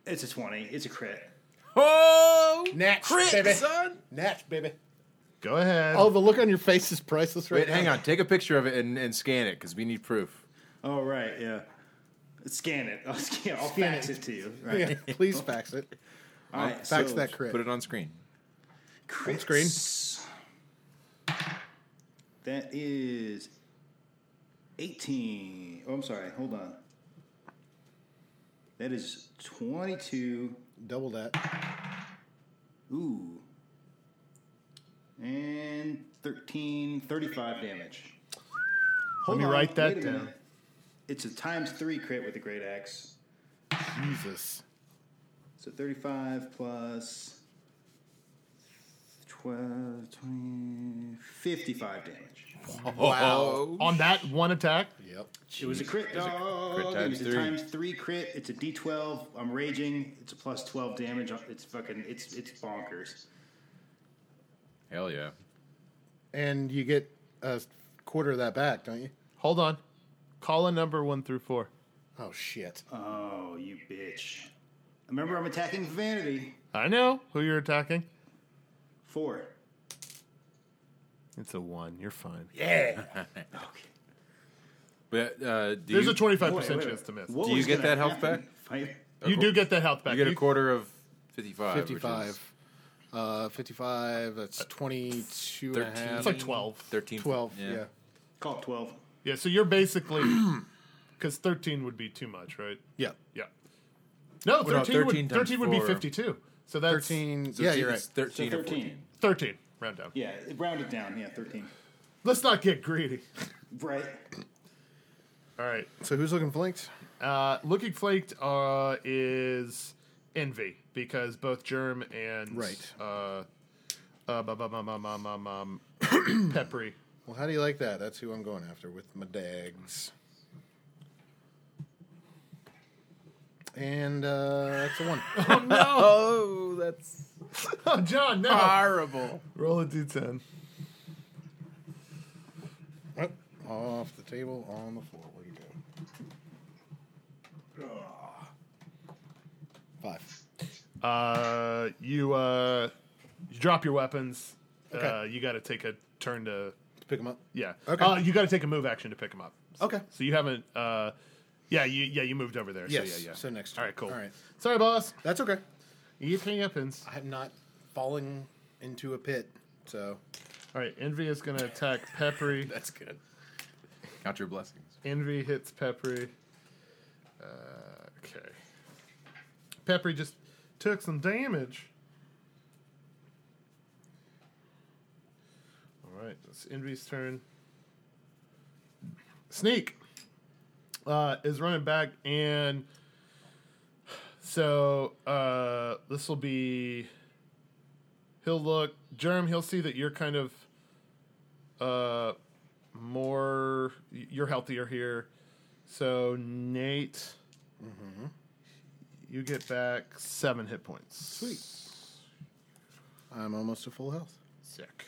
Speaker 7: It's a 20. It's a crit.
Speaker 6: Oh,
Speaker 5: Natch,
Speaker 6: crit,
Speaker 5: baby.
Speaker 6: son.
Speaker 5: Natch, baby.
Speaker 3: Go ahead.
Speaker 5: Oh, the look on your face is priceless right
Speaker 6: Wait, hang
Speaker 5: now.
Speaker 6: on. Take a picture of it and, and scan it because we need proof.
Speaker 7: Oh, right, yeah. Scan it. I'll, scan, I'll fax it. to you. Right.
Speaker 5: <laughs> Yeah, please fax
Speaker 7: <laughs>
Speaker 5: it.
Speaker 7: All right,
Speaker 5: Fax
Speaker 7: so
Speaker 5: that crit.
Speaker 6: Put it on screen.
Speaker 7: crits.
Speaker 5: screen.
Speaker 7: That is 18. Oh, I'm sorry. Hold on. That is 22.
Speaker 5: Double that.
Speaker 7: Ooh. And 13, 35 damage.
Speaker 3: Let me
Speaker 7: Oh, Hold on,
Speaker 3: write that
Speaker 7: wait a
Speaker 3: down.
Speaker 7: minute. It's a times three crit with a great axe.
Speaker 5: Jesus.
Speaker 7: So 35 plus 12, 20, 55 damage.
Speaker 6: Oh.
Speaker 5: Wow.
Speaker 3: On that one attack,
Speaker 5: Yep.
Speaker 7: It was a crit, dog.
Speaker 6: crit
Speaker 7: it
Speaker 6: times
Speaker 7: was a
Speaker 6: three.
Speaker 7: times three crit. It's a D12. I'm raging. It's a plus 12 damage. uh, It's fucking, it's, it's bonkers.
Speaker 6: Hell yeah.
Speaker 5: And you get a quarter of that back, don't you?
Speaker 3: hold on. Call a number one through four.
Speaker 5: Oh shit.
Speaker 6: Uh,
Speaker 7: Oh, you bitch. Remember, I'm attacking Vanity.
Speaker 3: I know who you're attacking.
Speaker 7: Four.
Speaker 3: It's a one. You're fine.
Speaker 7: Okay.
Speaker 6: But uh, do
Speaker 3: There's
Speaker 6: you,
Speaker 3: a 25
Speaker 7: Wait,
Speaker 3: percent
Speaker 7: wait,
Speaker 3: chance
Speaker 7: wait.
Speaker 3: to miss.
Speaker 7: What
Speaker 6: Do you
Speaker 7: was
Speaker 6: get
Speaker 7: gonna
Speaker 6: that health
Speaker 7: happen
Speaker 6: back?
Speaker 7: if I- <laughs>
Speaker 3: You do get that health back.
Speaker 6: You get a
Speaker 3: You-
Speaker 6: quarter of fifty-five. which is
Speaker 5: 55. Uh, 55, that's 22 and a
Speaker 6: Thirteen.
Speaker 5: half.
Speaker 3: It's like 12.
Speaker 6: Thirteen.
Speaker 5: 12, yeah. yeah.
Speaker 7: Call it 12.
Speaker 3: Yeah, so you're basically <clears throat> because 13 would be too much, right? Yeah. No, 13,
Speaker 6: about 13
Speaker 3: would,
Speaker 6: times
Speaker 3: 13 would be
Speaker 6: four?
Speaker 3: 52. So that's
Speaker 5: 13.
Speaker 6: So
Speaker 5: yeah,
Speaker 6: it's-
Speaker 5: you're
Speaker 6: it's
Speaker 5: right.
Speaker 6: Thirteen
Speaker 7: So
Speaker 6: or
Speaker 7: 13.
Speaker 6: fourteen.
Speaker 3: 13. Round down.
Speaker 7: Yeah, round it down. Yeah, 13.
Speaker 3: Let's not get greedy.
Speaker 7: Right.
Speaker 3: All right.
Speaker 5: So who's looking flanked?
Speaker 3: Uh, looking flaked uh, is envy because both germ and
Speaker 5: Right.
Speaker 3: uh, uh, bum, bum, bum, bum, bum, bum, bum, <coughs> peppery.
Speaker 5: Well, how do you like that? That's who I'm going after with my dags. And uh, that's a one.
Speaker 6: Oh, that's
Speaker 3: Oh, John, no.
Speaker 6: horrible.
Speaker 3: Roll a d10.
Speaker 5: Yep. Off the table, on the floor. Where'd it go? Ah. Five.
Speaker 3: Uh, you uh, you drop your weapons.
Speaker 5: Okay.
Speaker 3: Uh, you got to take a turn to
Speaker 5: Let's pick them up.
Speaker 3: yeah.
Speaker 5: Okay.
Speaker 3: Uh, you got to take a move action to pick them up.
Speaker 5: Okay.
Speaker 3: So you haven't. Uh, yeah, you yeah you moved over there.
Speaker 5: Yes.
Speaker 3: So yeah, yeah.
Speaker 5: So next.
Speaker 3: All right, cool.
Speaker 5: All right.
Speaker 3: Sorry, boss.
Speaker 5: That's okay.
Speaker 3: Eat happens.
Speaker 5: I'm not falling into a pit. So
Speaker 3: All right, envy is gonna attack Peppery.
Speaker 6: That's good. Count your blessings.
Speaker 3: Envy hits Peppery. Uh, okay. Peppery just took some damage. All right, it's Envy's turn. Sneak uh, is running back, and so uh, this will be. He'll look, Germ. He'll see that you're kind of uh, more. You're healthier here. So Nate, You get back seven hit points. Sweet.
Speaker 5: I'm almost at full health.
Speaker 3: Sick.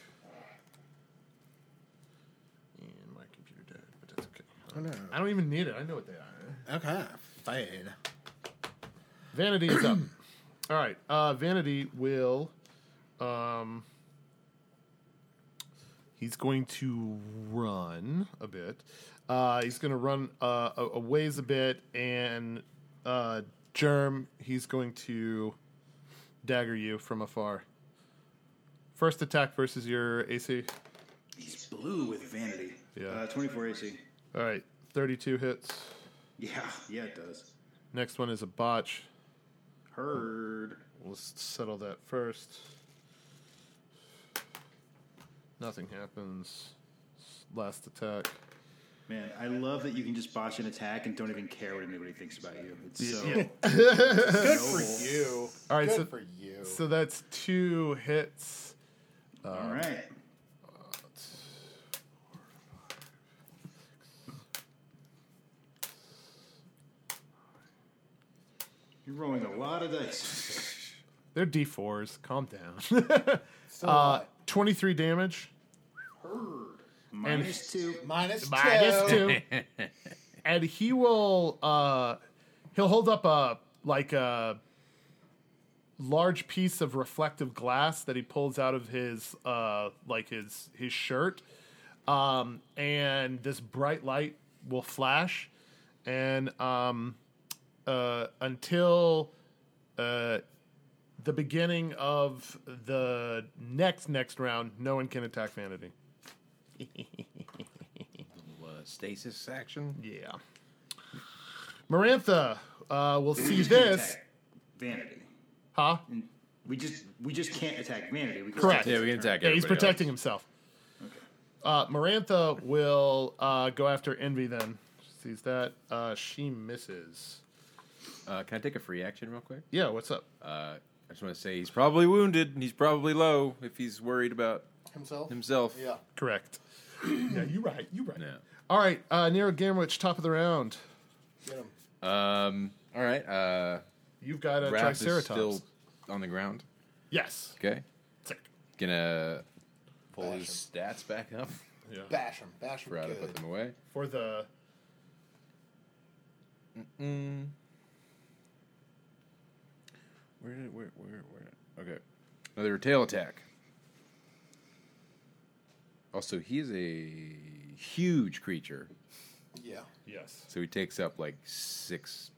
Speaker 3: And my computer died, but that's okay.
Speaker 5: Oh no.
Speaker 3: I don't even need it. I know what they are.
Speaker 5: Okay. Fine.
Speaker 3: Vanity is up. <clears throat> All right. Uh, Vanity will. Um, he's going to run a bit. Uh, he's going to run uh, a, a ways a bit, and uh, Germ, he's going to dagger you from afar. First attack versus your AC.
Speaker 7: He's blue with vanity.
Speaker 3: Yeah.
Speaker 7: Uh, 24 AC.
Speaker 3: All right, 32 hits.
Speaker 7: Yeah, yeah, it does.
Speaker 3: Next one is a botch.
Speaker 7: Heard.
Speaker 3: Let's settle that first. Nothing happens. Last attack.
Speaker 7: Man, I love that you can just botch an attack and don't even care what anybody thinks about you. It's so
Speaker 6: <laughs>
Speaker 5: Good for you.
Speaker 3: All right,
Speaker 5: Good
Speaker 3: so,
Speaker 5: for you.
Speaker 3: so that's two hits.
Speaker 7: all right. You're rolling a lot of dice.
Speaker 3: They're D4s. Calm down. <laughs> uh, 23 damage.
Speaker 7: Minus two.
Speaker 5: Minus,
Speaker 3: Minus
Speaker 5: two.
Speaker 3: two. <laughs> and he will uh he'll hold up a like a large piece of reflective glass that he pulls out of his uh like his his shirt. Um and this bright light will flash and um uh until uh the beginning of the next next round, no one can attack Vanity.
Speaker 6: Uh, stasis action.
Speaker 3: Yeah. Marantha uh, will see this.
Speaker 7: Attack. Vanity.
Speaker 3: Huh?
Speaker 7: We just we just can't attack vanity. We can
Speaker 3: Correct.
Speaker 6: Yeah, we can attack.
Speaker 3: Yeah, he's
Speaker 6: everybody
Speaker 3: protecting himself. Uh, Marantha will uh, go after Envy then. She sees that. Uh, she misses.
Speaker 6: else. Uh, can I take a free action real quick?
Speaker 3: Yeah, what's up?
Speaker 6: Uh, I just want to say he's probably wounded and he's probably low if he's worried about
Speaker 5: Himself.
Speaker 6: himself.
Speaker 5: Yeah.
Speaker 3: Correct. yeah, you right. You right.
Speaker 6: Yeah.
Speaker 3: All right, uh, Nero Gamrich, top of the round.
Speaker 5: Get him.
Speaker 6: Um. All right. Uh,
Speaker 3: You've got a
Speaker 6: Raph is
Speaker 3: Triceratops.
Speaker 6: still on the ground.
Speaker 3: Yes.
Speaker 6: Okay.
Speaker 3: Sick.
Speaker 6: Gonna pull
Speaker 5: Bash
Speaker 6: his stats back up. <laughs>
Speaker 3: Yeah.
Speaker 5: Bash him. Bash him.
Speaker 6: Forgot to
Speaker 5: Good.
Speaker 6: put them away.
Speaker 3: For the
Speaker 6: Where did where where where? Okay, another tail attack. Also, he is a huge creature,
Speaker 5: Yeah.
Speaker 3: yes.
Speaker 6: so he takes up like six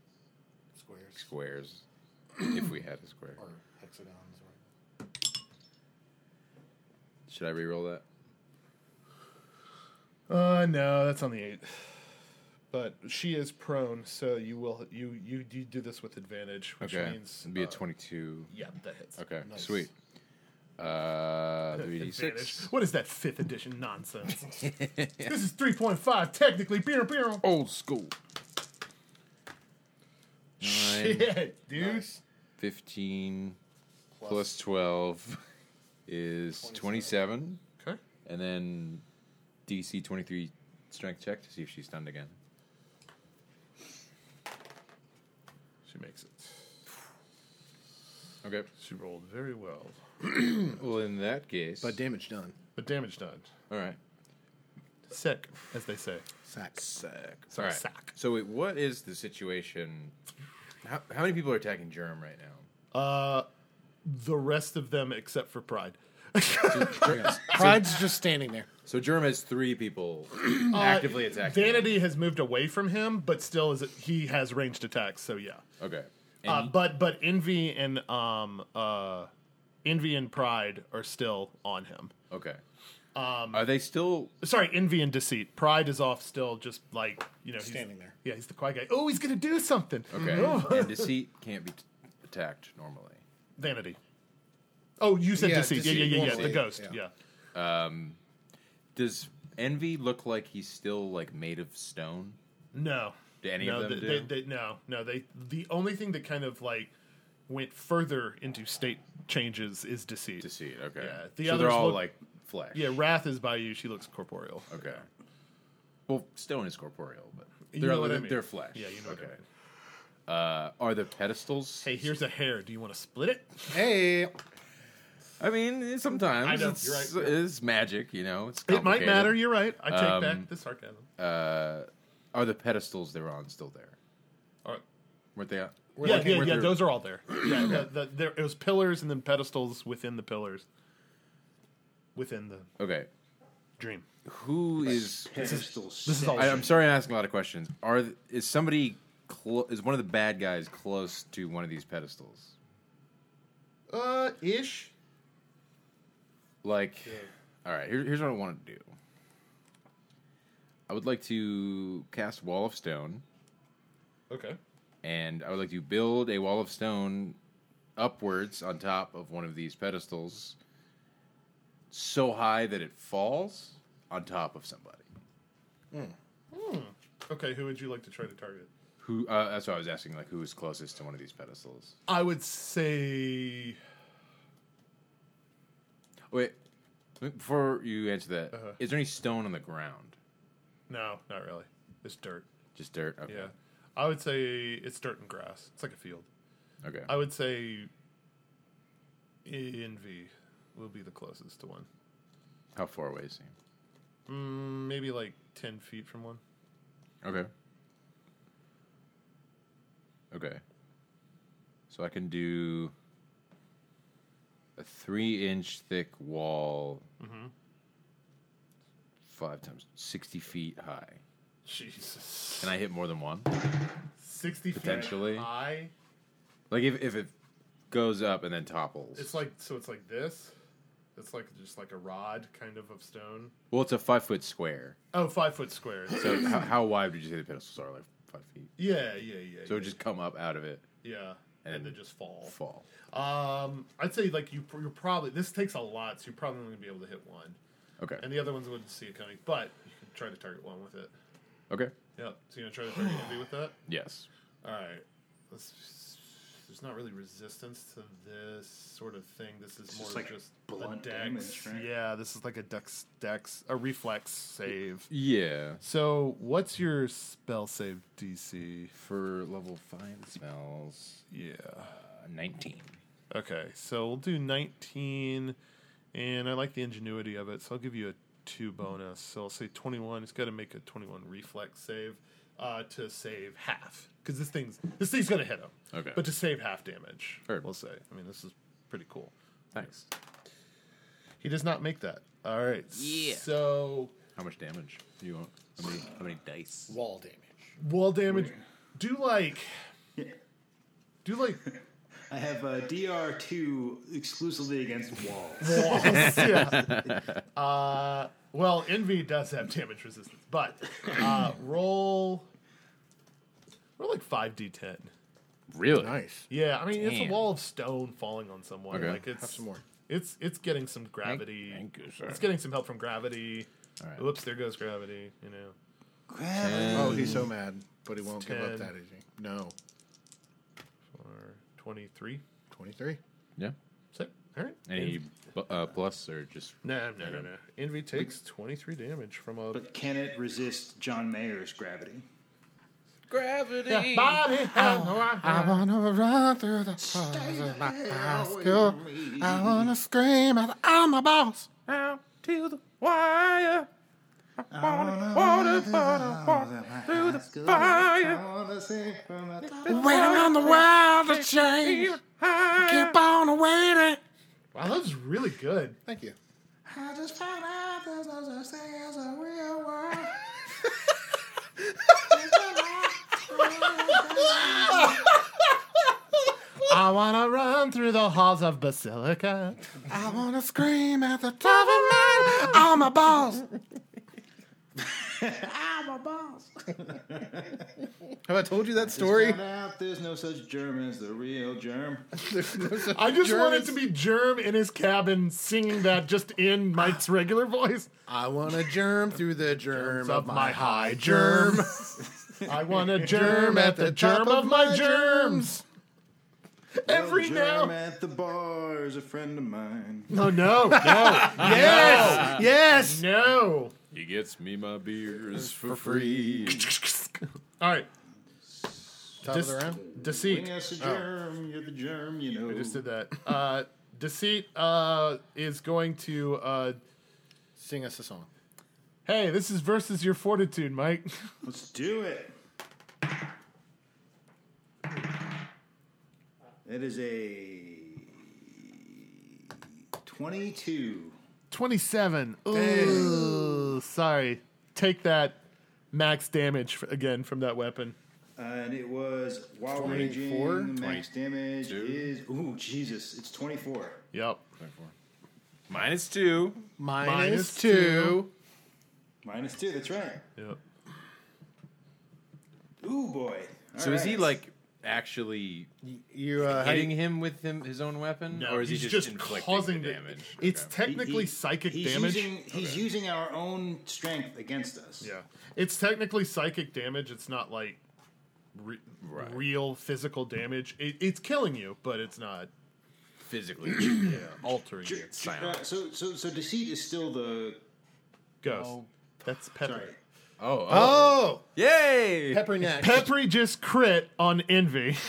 Speaker 5: Squares
Speaker 6: squares, <clears throat> if we had a square.
Speaker 5: or hexagons. Or...
Speaker 6: Should I re-roll that?
Speaker 3: Uh no, that's on the eight. But she is prone, so you will you you, you do this with advantage, which
Speaker 6: Okay,
Speaker 3: means
Speaker 6: it'd be a
Speaker 3: uh,
Speaker 6: twenty-two.
Speaker 3: Yeah, that hits.
Speaker 6: Okay,
Speaker 5: Nice.
Speaker 6: sweet. Uh, three d
Speaker 3: Advantage.
Speaker 6: six.
Speaker 3: What is that fifth edition <laughs> nonsense? this is three point five technically. Beer, beer.
Speaker 6: Old school.
Speaker 3: Shit, dude.
Speaker 6: Fifteen plus, plus twelve is twenty-seven.
Speaker 3: Okay.
Speaker 6: And then DC 23 strength check to see if she's stunned again.
Speaker 3: She makes it.
Speaker 6: Okay.
Speaker 3: She rolled very well.
Speaker 6: Well, in that case.
Speaker 5: But damage done.
Speaker 3: But damage done.
Speaker 6: all right.
Speaker 3: Sick, as they say.
Speaker 5: Sack. Sack.
Speaker 6: All right.
Speaker 3: sack.
Speaker 6: So, wait, what is the situation? How, how many people are attacking Germ right now?
Speaker 3: The rest of them except for Pride.
Speaker 5: Pride's just standing there.
Speaker 6: So, Germ has three <coughs> people actively attacking. him.
Speaker 3: Vanity has moved away from him, but still is he has ranged attacks, so yeah.
Speaker 6: Okay. And
Speaker 3: Uh, but but envy and um uh envy and pride are still on him.
Speaker 6: okay. are they <coughs> still.
Speaker 3: Sorry, envy and deceit. Pride is off still, just like you know, he's-
Speaker 5: Standing there.
Speaker 3: Yeah, he's the quiet guy. Oh, he's gonna do something.
Speaker 6: Okay.
Speaker 3: Oh.
Speaker 6: and Deceit can't be t- attacked normally.
Speaker 3: Vanity. Oh, you said
Speaker 5: Yeah,
Speaker 3: deceit. Yeah,
Speaker 5: deceit
Speaker 3: yeah, yeah, yeah. The
Speaker 5: normally,
Speaker 3: ghost.
Speaker 5: yeah.
Speaker 3: Yeah.
Speaker 6: Does Envy look like he's still like made of stone?
Speaker 3: No.
Speaker 6: Do any
Speaker 3: no,
Speaker 6: of
Speaker 3: they,
Speaker 6: them do?
Speaker 3: They, they, no, no. They the only thing that kind of like went further into state changes is deceit.
Speaker 6: Deceit. Okay.
Speaker 3: Yeah, the
Speaker 6: so they're
Speaker 3: others
Speaker 6: all
Speaker 3: look-
Speaker 6: like flesh.
Speaker 3: Yeah, wrath is by you. She looks corporeal.
Speaker 6: Okay. Well, stone is corporeal, but
Speaker 3: You
Speaker 6: they're,
Speaker 3: know what I
Speaker 6: they're,
Speaker 3: mean.
Speaker 6: they're flesh.
Speaker 3: Yeah, you know what I mean.
Speaker 6: uh, are the pedestals.
Speaker 3: Hey, here's a hair. Do you want to split it?
Speaker 5: Hey,
Speaker 6: I mean, eh, sometimes
Speaker 3: I know,
Speaker 6: it's,
Speaker 3: you're right, you're
Speaker 6: it's magic, you know. It's
Speaker 3: It might
Speaker 6: complicated. Um,
Speaker 3: matter. You're right. I take back the sarcasm.
Speaker 6: Are the pedestals they're on still there?
Speaker 3: All right.
Speaker 6: Weren't they? on-
Speaker 3: yeah,
Speaker 6: weren't-
Speaker 3: yeah,
Speaker 6: weren't
Speaker 3: yeah.
Speaker 6: there-
Speaker 3: Those are all there. <clears throat> Yeah, the, the, there. It was pillars and then pedestals within the pillars, within the
Speaker 6: Okay.
Speaker 3: dream.
Speaker 6: Who is?
Speaker 3: This is all.
Speaker 6: I, I'm sorry, I'm asking a lot of questions. Are th- is somebody? Clo- is one of the bad guys close to one of these pedestals?
Speaker 3: uh, ish.
Speaker 6: Like, all right, here, here's what I want to do. I would like to cast Wall of Stone,
Speaker 3: Okay.
Speaker 6: and I would like to build a wall of stone upwards on top of one of these pedestals, so high that it falls on top of somebody.
Speaker 3: Okay. Who would you like to try to target?
Speaker 6: Who? Uh, that's what I was asking. Like, who is closest to one of these pedestals?
Speaker 3: I would say
Speaker 6: Wait, before you answer that, is
Speaker 3: Uh-huh.
Speaker 6: there any stone on the ground?
Speaker 3: no, not really. It's dirt.
Speaker 6: Just dirt. Okay.
Speaker 3: Yeah, I would say it's dirt and grass. It's like a field.
Speaker 6: Okay.
Speaker 3: I would say envy will be the closest to one.
Speaker 6: How far away is he?
Speaker 3: Mm, maybe like ten feet from one.
Speaker 6: Okay. Okay. So I can do a three inch thick wall, five times 60 feet high.
Speaker 3: Jesus.
Speaker 6: Can I hit more than one?
Speaker 3: Sixty
Speaker 6: Potentially.
Speaker 3: feet high.
Speaker 6: Like, if, if it goes up and then topples.
Speaker 3: It's like so. It's like this. It's like just like a rod kind of of stone.
Speaker 6: well, it's a five foot square.
Speaker 3: Oh, five foot
Speaker 7: <laughs>
Speaker 3: square.
Speaker 6: <clears throat> So, how, how wide would you say the pedestals are? Like five feet.
Speaker 3: yeah, yeah, yeah.
Speaker 6: So, it
Speaker 3: yeah,
Speaker 6: would just come up out of it,
Speaker 3: yeah, and,
Speaker 6: and
Speaker 3: then just fall.
Speaker 6: fall.
Speaker 3: Um, I'd say like you. You're probably this takes a lot, so you're probably only gonna be able to hit one,
Speaker 6: Okay.
Speaker 3: and the other ones wouldn't see it coming. But you can try to target one with it.
Speaker 6: Okay.
Speaker 3: Yep. So you're gonna try to target envy with
Speaker 7: <sighs>
Speaker 3: that.
Speaker 6: Yes.
Speaker 3: All right. Let's, there's not really resistance to this sort of thing. This is more
Speaker 7: just like
Speaker 3: just
Speaker 7: blunt
Speaker 3: a dex.
Speaker 7: damage, right?
Speaker 3: Yeah, this is like a dex, dex, a reflex save.
Speaker 6: Yeah.
Speaker 3: So, what's your spell save DC?
Speaker 6: For level five spells,
Speaker 3: Yeah.
Speaker 6: uh, 19.
Speaker 3: Okay. So we'll do 19, and I like the ingenuity of it, so I'll give you a two bonus. So I'll say 21. It's got to make a 21 reflex save uh, to save half, because this thing's this thing's gonna hit him.
Speaker 6: Okay.
Speaker 3: But to save half damage,
Speaker 6: Heard.
Speaker 3: we'll say. I mean, this is pretty cool.
Speaker 6: Thanks.
Speaker 3: He does not make that. All right. Yeah. So
Speaker 6: How much damage do you want? How many, how many dice?
Speaker 9: Wall damage.
Speaker 3: wall damage. Do like. Do like
Speaker 7: I have uh, DR2 exclusively against walls.
Speaker 3: walls. yeah. <laughs> Uh, well, envy does have damage resistance, but uh, roll. Roll like five d10.
Speaker 6: Really?
Speaker 5: nice.
Speaker 3: Yeah, I mean it's
Speaker 6: Damn.
Speaker 3: a wall of stone falling on someone.
Speaker 6: Okay.
Speaker 3: Like it's
Speaker 5: Have some more.
Speaker 3: It's it's getting some gravity.
Speaker 6: Thank you, sir.
Speaker 3: It's getting some help from gravity.
Speaker 6: All right.
Speaker 3: Whoops, there goes gravity. You know.
Speaker 5: Oh, he's so mad, but he won't give
Speaker 3: Ten.
Speaker 5: up that easy. No,
Speaker 3: or 23.
Speaker 5: twenty-three.
Speaker 6: Yeah.
Speaker 3: Is that all right?
Speaker 6: Any bu- uh, plus or just.
Speaker 3: No, no, no, no. Envy takes 23 damage from a.
Speaker 7: But can it resist John Mayer's gravity?
Speaker 3: <laughs>
Speaker 6: Gravity!
Speaker 3: Bobby,
Speaker 5: I wanna run through the halls of my high school. I wanna scream at I'm a boss.
Speaker 6: Out to the wire! I wanna, wanna, wanna walk through the fire!
Speaker 5: Waiting on the world to change. Keep on waiting.
Speaker 3: Wow, that was really good.
Speaker 5: Thank you.
Speaker 3: I wanna run through the halls of Basilica.
Speaker 5: I wanna scream at the top of my. I'm a <laughs> boss. I'm a boss. Have I told you that story?
Speaker 7: Found out there's no such germ as the real germ.
Speaker 3: I just wanted to be Germ in his cabin singing that just in Mike's regular voice.
Speaker 5: I wanna germ through the germ
Speaker 3: Of my high germ. <laughs> I wanna germ
Speaker 5: Germ
Speaker 3: at the germ of my germs. Every
Speaker 7: germ
Speaker 3: now.
Speaker 7: at the bar is a friend of mine.
Speaker 3: Oh <laughs> no, no,
Speaker 5: Yes, yes.
Speaker 3: no.
Speaker 6: He gets me my beers for free.
Speaker 3: All right.
Speaker 5: top
Speaker 3: Dis-
Speaker 5: of the round?
Speaker 3: Deceit.
Speaker 7: Bring us a germ. You're the germ, you know.
Speaker 3: Oh. I just did that. Uh, Deceit uh, is going to. Uh,
Speaker 5: Sing us a song.
Speaker 3: hey, this is versus your fortitude, Mike. <laughs>
Speaker 7: Let's do it. That is a 22.
Speaker 3: 27. Ooh, sorry. Take that max damage f- again from that weapon.
Speaker 7: And it was while
Speaker 5: 24?
Speaker 7: raging, max damage is. Ooh, Jesus. It's 24.
Speaker 3: Yep.
Speaker 6: Minus two.
Speaker 5: Minus,
Speaker 3: Minus
Speaker 5: two.
Speaker 3: two.
Speaker 7: Minus 2, that's right.
Speaker 3: Yep.
Speaker 7: Ooh, boy. All
Speaker 6: so is he
Speaker 7: right.
Speaker 6: like actually
Speaker 5: You uh, how
Speaker 6: hitting
Speaker 5: you-
Speaker 6: him with him his own weapon,
Speaker 3: No,
Speaker 6: or is he
Speaker 3: he's
Speaker 6: just,
Speaker 3: just
Speaker 6: inflicting
Speaker 3: causing
Speaker 6: the
Speaker 3: the-
Speaker 6: damage?
Speaker 3: It's
Speaker 6: Okay.
Speaker 3: technically
Speaker 7: He-
Speaker 3: psychic
Speaker 7: he's
Speaker 3: damage.
Speaker 7: Using, He's using our own strength against us.
Speaker 3: yeah. It's technically psychic damage. It's not like re-
Speaker 6: Right.
Speaker 3: real physical damage. It, it's killing you, but it's not
Speaker 6: physically
Speaker 3: altering you.
Speaker 6: silent.
Speaker 7: Uh, so, so, so deceit is still the.
Speaker 3: Ghost. That's Pepper.
Speaker 7: Sorry.
Speaker 6: Oh, oh,
Speaker 5: Oh,
Speaker 6: yay!
Speaker 5: Peppery <laughs> next.
Speaker 3: Peppery just crit on envy. <laughs>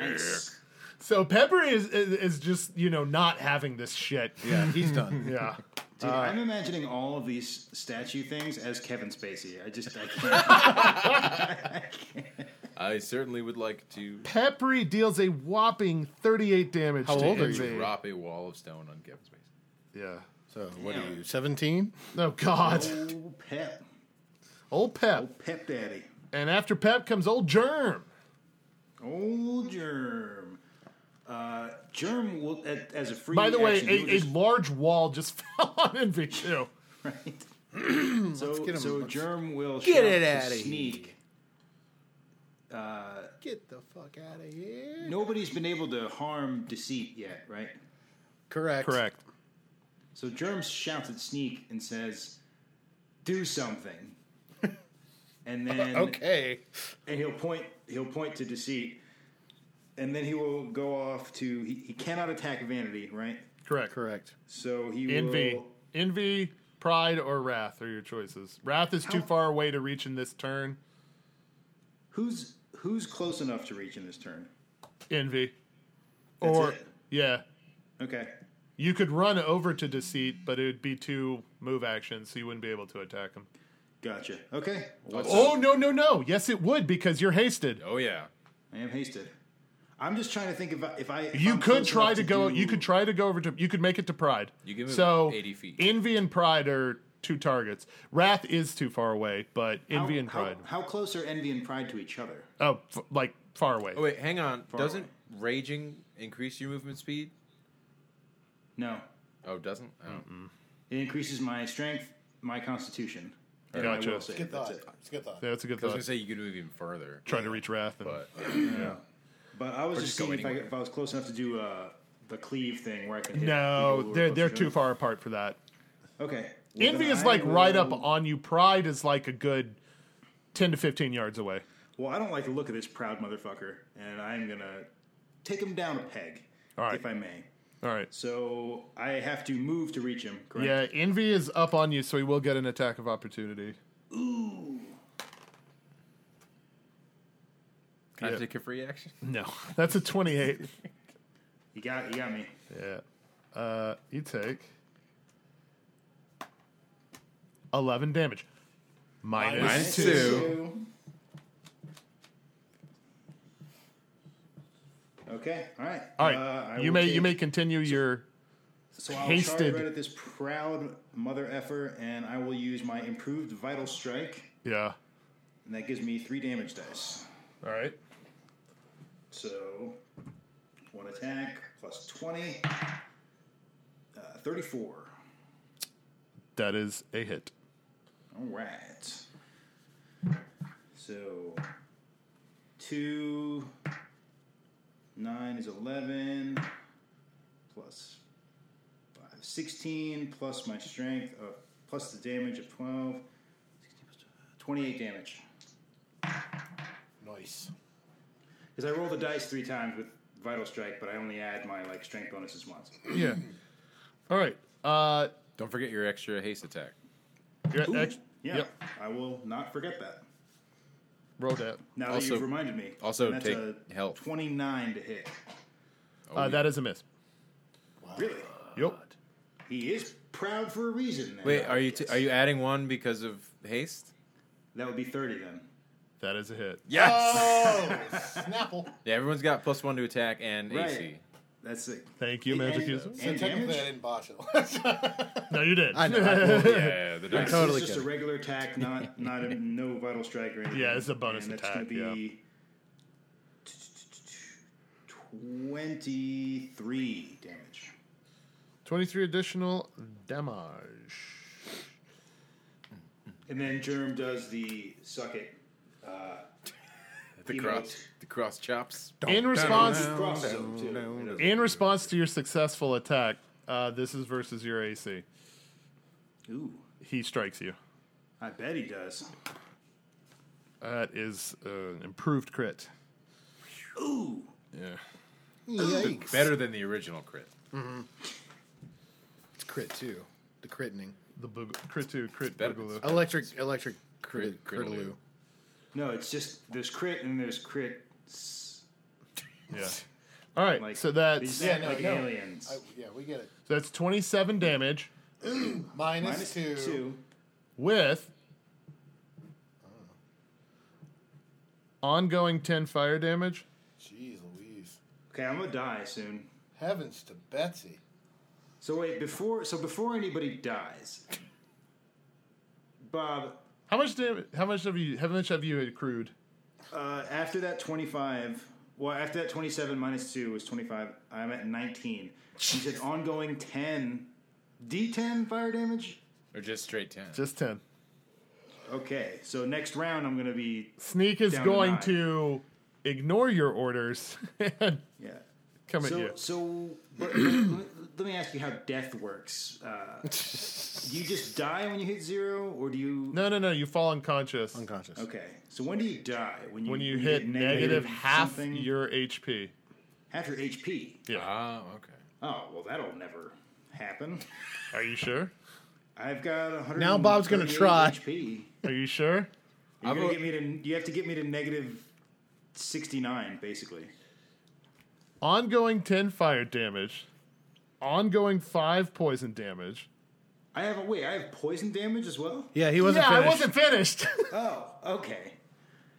Speaker 7: Nice.
Speaker 3: So Peppery is, is is just, you know, not having this shit.
Speaker 5: yeah, he's done.
Speaker 3: Yeah.
Speaker 7: Dude, I'm imagining all of these statue things as Kevin Spacey. I just
Speaker 5: <laughs>
Speaker 7: I can't.
Speaker 6: I certainly would like to
Speaker 3: Peppery deals a whopping 38 damage
Speaker 5: How
Speaker 3: to
Speaker 5: old are
Speaker 3: Envy.
Speaker 5: you?
Speaker 6: drop a wall of stone on Kevin's face.
Speaker 3: Yeah.
Speaker 5: So what are you? Seventeen.
Speaker 3: Oh, God.
Speaker 7: oh, Pep,
Speaker 3: Old Pep.
Speaker 7: Pep Daddy,
Speaker 3: And after Pep comes old Germ.
Speaker 7: old Germ. Uh, Germ will at, as a free.
Speaker 3: By the way,
Speaker 7: action, he
Speaker 3: a,
Speaker 7: will
Speaker 3: a
Speaker 7: just-
Speaker 3: large wall just <laughs> fell on Envy, too.
Speaker 7: so,
Speaker 5: get him.
Speaker 7: so Germ will
Speaker 5: Get
Speaker 7: shout
Speaker 5: it
Speaker 7: to
Speaker 5: outta here.
Speaker 7: sneak.
Speaker 5: Get the fuck out of here.
Speaker 7: Nobody's been able to harm deceit yet, right?
Speaker 5: Correct.
Speaker 3: Correct.
Speaker 7: So Germ shouts at sneak and says,
Speaker 5: <laughs>
Speaker 7: "Do something," and then
Speaker 5: Okay.
Speaker 7: and he'll point he'll point to deceit and then he will go off to he, he cannot attack vanity right
Speaker 3: Correct.
Speaker 5: Correct.
Speaker 7: so he
Speaker 3: Envy.
Speaker 7: will
Speaker 3: Envy, Pride, or Wrath are your choices. Wrath is too far away to reach in this turn.
Speaker 7: who's who's close enough to reach in this turn
Speaker 3: Envy.
Speaker 7: That's
Speaker 3: Or,
Speaker 7: it?
Speaker 3: yeah.
Speaker 7: okay
Speaker 3: You could run over to Deceit, but it would be two move actions, so you wouldn't be able to attack him.
Speaker 7: gotcha okay What's up?
Speaker 3: Oh, no, no, no. Yes, it would because you're hasted.
Speaker 6: Oh yeah,
Speaker 7: i am hasted i'm just trying to think if i if i if
Speaker 3: You
Speaker 7: I'm
Speaker 3: could
Speaker 7: close
Speaker 3: try
Speaker 7: enough
Speaker 3: to go.
Speaker 7: do-
Speaker 3: You could try to go over to. You could make it to Pride.
Speaker 6: You can move
Speaker 3: so
Speaker 6: 80 feet.
Speaker 3: Envy and Pride are two targets. Wrath is too far away, but
Speaker 7: how,
Speaker 3: Envy and
Speaker 7: how-
Speaker 3: Pride.
Speaker 7: how, close are envy and pride to each other
Speaker 3: oh, f- like far away.
Speaker 6: Oh wait, hang on. doesn't
Speaker 7: away.
Speaker 6: raging increase your movement speed?
Speaker 7: no
Speaker 6: Oh, it doesn't. Oh.
Speaker 7: it increases my strength my constitution And I
Speaker 3: Gotcha.
Speaker 7: will say
Speaker 5: Good
Speaker 7: that's
Speaker 5: thought.
Speaker 7: it.
Speaker 5: It's a good thought.
Speaker 3: Yeah, that's a good
Speaker 6: I was
Speaker 3: thought.
Speaker 6: gonna say you could move even further,
Speaker 3: Trying to reach Wrath, and
Speaker 6: but
Speaker 7: But I was just,
Speaker 6: just go
Speaker 7: seeing if I,
Speaker 6: anywhere.
Speaker 7: if I was close enough to do uh, the cleave thing where I could. Hit people who
Speaker 3: no,
Speaker 7: were
Speaker 3: they're
Speaker 7: close
Speaker 3: they're
Speaker 7: to
Speaker 3: too
Speaker 7: them.
Speaker 3: far apart for that.
Speaker 7: Okay. Well,
Speaker 3: Envy
Speaker 7: then
Speaker 3: is
Speaker 7: I
Speaker 3: like right up
Speaker 7: will-
Speaker 3: on you. Pride is like a good ten to fifteen yards away.
Speaker 7: Well, I don't like the look of this proud motherfucker, and I'm gonna take him down a peg,
Speaker 3: All right.
Speaker 7: if I may.
Speaker 3: All right.
Speaker 7: So I have to move to reach him. Correct.
Speaker 3: Yeah, Envy is up on you, so he will get an attack of opportunity.
Speaker 6: can
Speaker 3: Yeah.
Speaker 6: I take a free action?
Speaker 3: No, that's a twenty-eight.
Speaker 7: You got you got me.
Speaker 3: Yeah. Uh, you take 11 damage. Minus,
Speaker 6: Minus
Speaker 3: two.
Speaker 6: two.
Speaker 7: Okay. All right.
Speaker 3: All right.
Speaker 7: Uh, I
Speaker 3: you
Speaker 7: will
Speaker 3: may
Speaker 7: take-
Speaker 3: you may continue your
Speaker 7: So I'll charge
Speaker 3: hasted-
Speaker 7: right at this proud mother effer, and I will use my improved vital strike,
Speaker 3: yeah.
Speaker 7: and that gives me three damage dice.
Speaker 3: All right.
Speaker 7: So, one attack plus 20, uh, 34.
Speaker 3: That is a hit.
Speaker 7: All right. So, 2, 9 is 11, plus 5, 16, plus my strength, uh, plus the damage of 12, 28 damage.
Speaker 5: Nice.
Speaker 7: Because I roll the dice three times with Vital Strike, but I only add my like strength bonuses once.
Speaker 3: Yeah. All right. Uh,
Speaker 6: Don't forget your extra haste attack.
Speaker 3: you're at ex-
Speaker 7: Yeah,
Speaker 3: Yep.
Speaker 7: I will not forget that.
Speaker 3: Roll that.
Speaker 7: Now that
Speaker 6: Also-
Speaker 7: you've reminded me.
Speaker 6: also
Speaker 7: And that's
Speaker 6: take
Speaker 7: a
Speaker 6: health.
Speaker 7: 29 to hit.
Speaker 6: Oh,
Speaker 3: Uh,
Speaker 6: yeah.
Speaker 3: that is a miss.
Speaker 7: Really?
Speaker 3: Yep.
Speaker 7: He is proud for a reason. Then.
Speaker 6: Wait, are you t- are you adding one because of haste?
Speaker 7: That would be 30 then.
Speaker 3: That is a hit.
Speaker 6: Yes.
Speaker 5: Snapple.
Speaker 6: Yeah, everyone's got plus one to attack and
Speaker 7: Right.
Speaker 6: AC.
Speaker 7: That's it.
Speaker 3: Thank you, Magic
Speaker 7: And-
Speaker 3: User.
Speaker 5: So
Speaker 7: And
Speaker 5: technically, I
Speaker 7: damage?
Speaker 5: didn't botch it.
Speaker 3: No, you did.
Speaker 5: I know. I will.
Speaker 6: Oh, Yeah, the dice.
Speaker 7: So
Speaker 5: Totally
Speaker 7: it's just
Speaker 5: kidding.
Speaker 7: a regular attack, not
Speaker 6: <laughs>
Speaker 7: not a no vital strike or anything.
Speaker 3: Yeah, it's a bonus
Speaker 7: and that's
Speaker 3: attack,
Speaker 7: Gonna be Twenty-three damage.
Speaker 3: 23 additional damage.
Speaker 7: And then Germ does the suck it. uh,
Speaker 6: The
Speaker 7: Emote.
Speaker 6: cross, <laughs> the cross chops.
Speaker 3: In response,
Speaker 7: Crosses over too. It doesn't-
Speaker 3: in response to your successful attack, uh, this is versus your AC.
Speaker 7: Ooh,
Speaker 3: He strikes you.
Speaker 7: I bet he does.
Speaker 3: That is uh, improved crit.
Speaker 7: Ooh,
Speaker 6: Yeah.
Speaker 5: Yikes.
Speaker 6: Better than the original crit.
Speaker 5: It's crit too. The crittening.
Speaker 3: The boog- crit two, crit
Speaker 6: better.
Speaker 3: boogaloo.
Speaker 5: Electric, electric crit,
Speaker 6: Crit- crittaloo.
Speaker 5: crittaloo.
Speaker 7: no, it's just there's crit and there's crit. s-
Speaker 3: Yeah. All right,
Speaker 7: Like
Speaker 3: so that's
Speaker 7: These
Speaker 5: Yeah,
Speaker 7: act
Speaker 5: no,
Speaker 7: like
Speaker 5: no.
Speaker 7: aliens.
Speaker 5: I, Uh, yeah, we get it.
Speaker 3: that's 27 damage
Speaker 5: Minus,
Speaker 7: Minus
Speaker 5: two.
Speaker 7: two.
Speaker 3: with ongoing 10 fire damage.
Speaker 5: Jeez Louise.
Speaker 7: Okay, I'm gonna die soon.
Speaker 5: Heavens to Betsy.
Speaker 7: So wait, before so before anybody dies, Bob,
Speaker 3: How much damage? How much have you? How much have you accrued?
Speaker 7: uh, after that twenty-five, well, after that twenty-seven minus two was twenty-five. I'm at nineteen. You said ongoing ten, D10 fire damage.
Speaker 6: Or just straight 10.
Speaker 3: Just 10.
Speaker 7: Okay, so next round I'm gonna be
Speaker 3: Sneak is
Speaker 7: Down to
Speaker 3: going
Speaker 7: nine.
Speaker 3: to ignore your orders <laughs> and
Speaker 7: yeah.
Speaker 3: come at
Speaker 7: So
Speaker 3: you.
Speaker 7: so but, but let- let me ask you how death works. Uh, do you just die when you hit zero, or do you?
Speaker 3: No, no, no. You fall unconscious
Speaker 5: Unconscious.
Speaker 7: Okay, so when do you die? When you
Speaker 3: when you hit negative half
Speaker 7: something?
Speaker 3: your HP.
Speaker 7: half your HP.
Speaker 6: Oh, okay.
Speaker 7: Oh well, that'll never happen.
Speaker 3: Are you sure?
Speaker 7: I've got 100.
Speaker 5: Now Bob's gonna try.
Speaker 7: HP.
Speaker 3: Are you sure?
Speaker 7: You're
Speaker 6: I've
Speaker 7: gonna
Speaker 6: al-
Speaker 7: get me to. You have to get me to negative 69, basically.
Speaker 3: Ongoing 10 fire damage, ongoing 5 poison damage.
Speaker 7: I have a wait. I have poison damage as well.
Speaker 5: Yeah, he wasn't.
Speaker 3: yeah,
Speaker 5: finished.
Speaker 3: I wasn't finished. <laughs>
Speaker 7: Oh, okay.